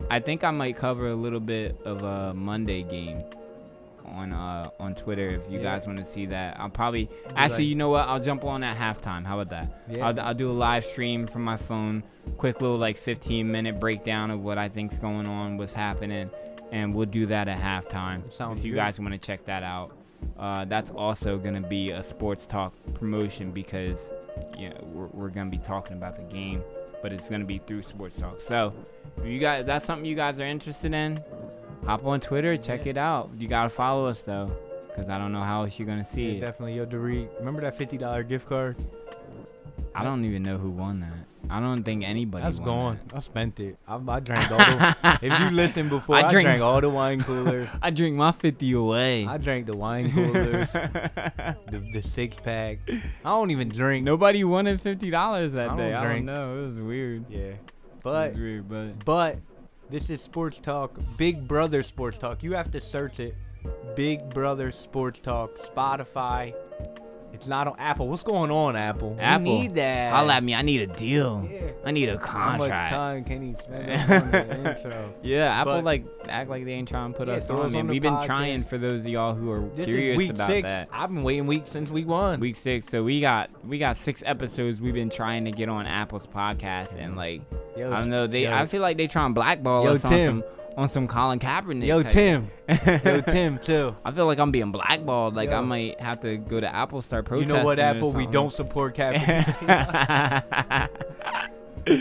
Speaker 3: I think I might cover a little bit of a Monday game on uh on Twitter if you
Speaker 1: Yeah.
Speaker 3: guys want to see that. I'll probably actually,
Speaker 1: like-
Speaker 3: you know what? I'll jump on at halftime. How about that?
Speaker 1: Yeah.
Speaker 3: I'll, I'll do a live stream from my phone, quick little like 15 minute breakdown of what I think's going on, what's happening, and we'll do that at halftime.
Speaker 1: Sounds
Speaker 3: if you
Speaker 1: good.
Speaker 3: guys want to check that out. Uh, that's also gonna be a sports talk promotion because you know, we're, we're gonna be talking about the game but it's going to be through Sports Talk. So, if you guys, that's something you guys are interested in, hop on Twitter, check
Speaker 1: Yeah.
Speaker 3: it out. You got to follow us, though, because I don't know how else you're going to see
Speaker 1: Yeah,
Speaker 3: it.
Speaker 1: definitely. Yo, Derek, remember that fifty dollar gift card?
Speaker 3: I don't even know who won that. I don't think anybody
Speaker 1: That's
Speaker 3: won
Speaker 1: gone.
Speaker 3: that.
Speaker 1: I spent it. I, I drank all
Speaker 3: [laughs]
Speaker 1: the. if you listen before, I,
Speaker 3: I drink-
Speaker 1: drank all the wine
Speaker 3: [laughs]
Speaker 1: coolers.
Speaker 3: I drink my 50 away.
Speaker 1: I drank the wine coolers, the, the six pack. I don't even drink.
Speaker 3: [laughs] Nobody won it fifty dollars that
Speaker 1: I
Speaker 3: day.
Speaker 1: don't
Speaker 3: I
Speaker 1: drink.
Speaker 3: don't know. It was weird.
Speaker 1: Yeah,
Speaker 3: it
Speaker 1: but
Speaker 3: was weird, but
Speaker 1: but this is sports talk. Big Brother sports talk. You have to search it. Big Brother sports talk. Spotify. It's not on Apple. What's going on, Apple?
Speaker 3: Apple.
Speaker 1: We need that.
Speaker 3: holla at me. I need a deal.
Speaker 1: Yeah.
Speaker 3: I need a
Speaker 1: How much
Speaker 3: contract.
Speaker 1: time can he spend
Speaker 3: [laughs]
Speaker 1: on the intro?
Speaker 3: Yeah, Apple
Speaker 1: But-
Speaker 3: like act like they ain't trying to put
Speaker 1: Yeah,
Speaker 3: us
Speaker 1: throw
Speaker 3: on.
Speaker 1: us
Speaker 3: man.
Speaker 1: on the
Speaker 3: We've been trying
Speaker 1: podcast.
Speaker 3: for those of y'all who are
Speaker 1: This
Speaker 3: curious
Speaker 1: is week
Speaker 3: about
Speaker 1: six.
Speaker 3: that.
Speaker 1: I've been waiting weeks since week one.
Speaker 3: Week six, so we got we got six episodes. We've been trying to get on Apple's podcast, and like
Speaker 1: Yo,
Speaker 3: I don't know, they
Speaker 1: yo,
Speaker 3: I feel like they trying to blackball
Speaker 1: Yo,
Speaker 3: us on
Speaker 1: Tim.
Speaker 3: some on some Colin Kaepernick.
Speaker 1: yo
Speaker 3: type-
Speaker 1: Tim,
Speaker 3: [laughs]
Speaker 1: yo Tim too.
Speaker 3: I feel like I'm being blackballed. Like I
Speaker 1: Yo.
Speaker 3: might have to go to Apple start
Speaker 1: You
Speaker 3: protesting.
Speaker 1: know what,
Speaker 3: or
Speaker 1: Apple? We
Speaker 3: something.
Speaker 1: don't support
Speaker 3: [laughs]
Speaker 1: Kaepernick.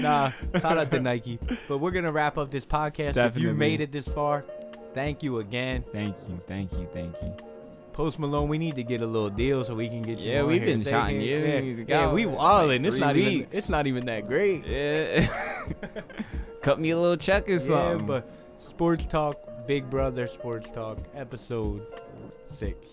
Speaker 1: nah, shout out to Nike. But we're gonna wrap up this podcast. If
Speaker 3: Definitely.
Speaker 1: you made it this far, thank you again,
Speaker 3: [laughs] Thank you, thank you, thank you.
Speaker 1: Post Malone. We need to get a little deal so we can get you.
Speaker 3: Yeah,
Speaker 1: on
Speaker 3: we've
Speaker 1: here.
Speaker 3: been
Speaker 1: Say
Speaker 3: shouting
Speaker 1: here,
Speaker 3: you.
Speaker 1: Yeah,
Speaker 3: He's
Speaker 1: yeah
Speaker 3: got,
Speaker 1: we
Speaker 3: like,
Speaker 1: wallin'. it's
Speaker 3: three
Speaker 1: not even.
Speaker 3: weeks.
Speaker 1: It's not even that great.
Speaker 3: Yeah. [laughs] Cut me a little check or
Speaker 1: Yeah,
Speaker 3: something.
Speaker 1: but sports talk, Big Brother sports talk, episode six.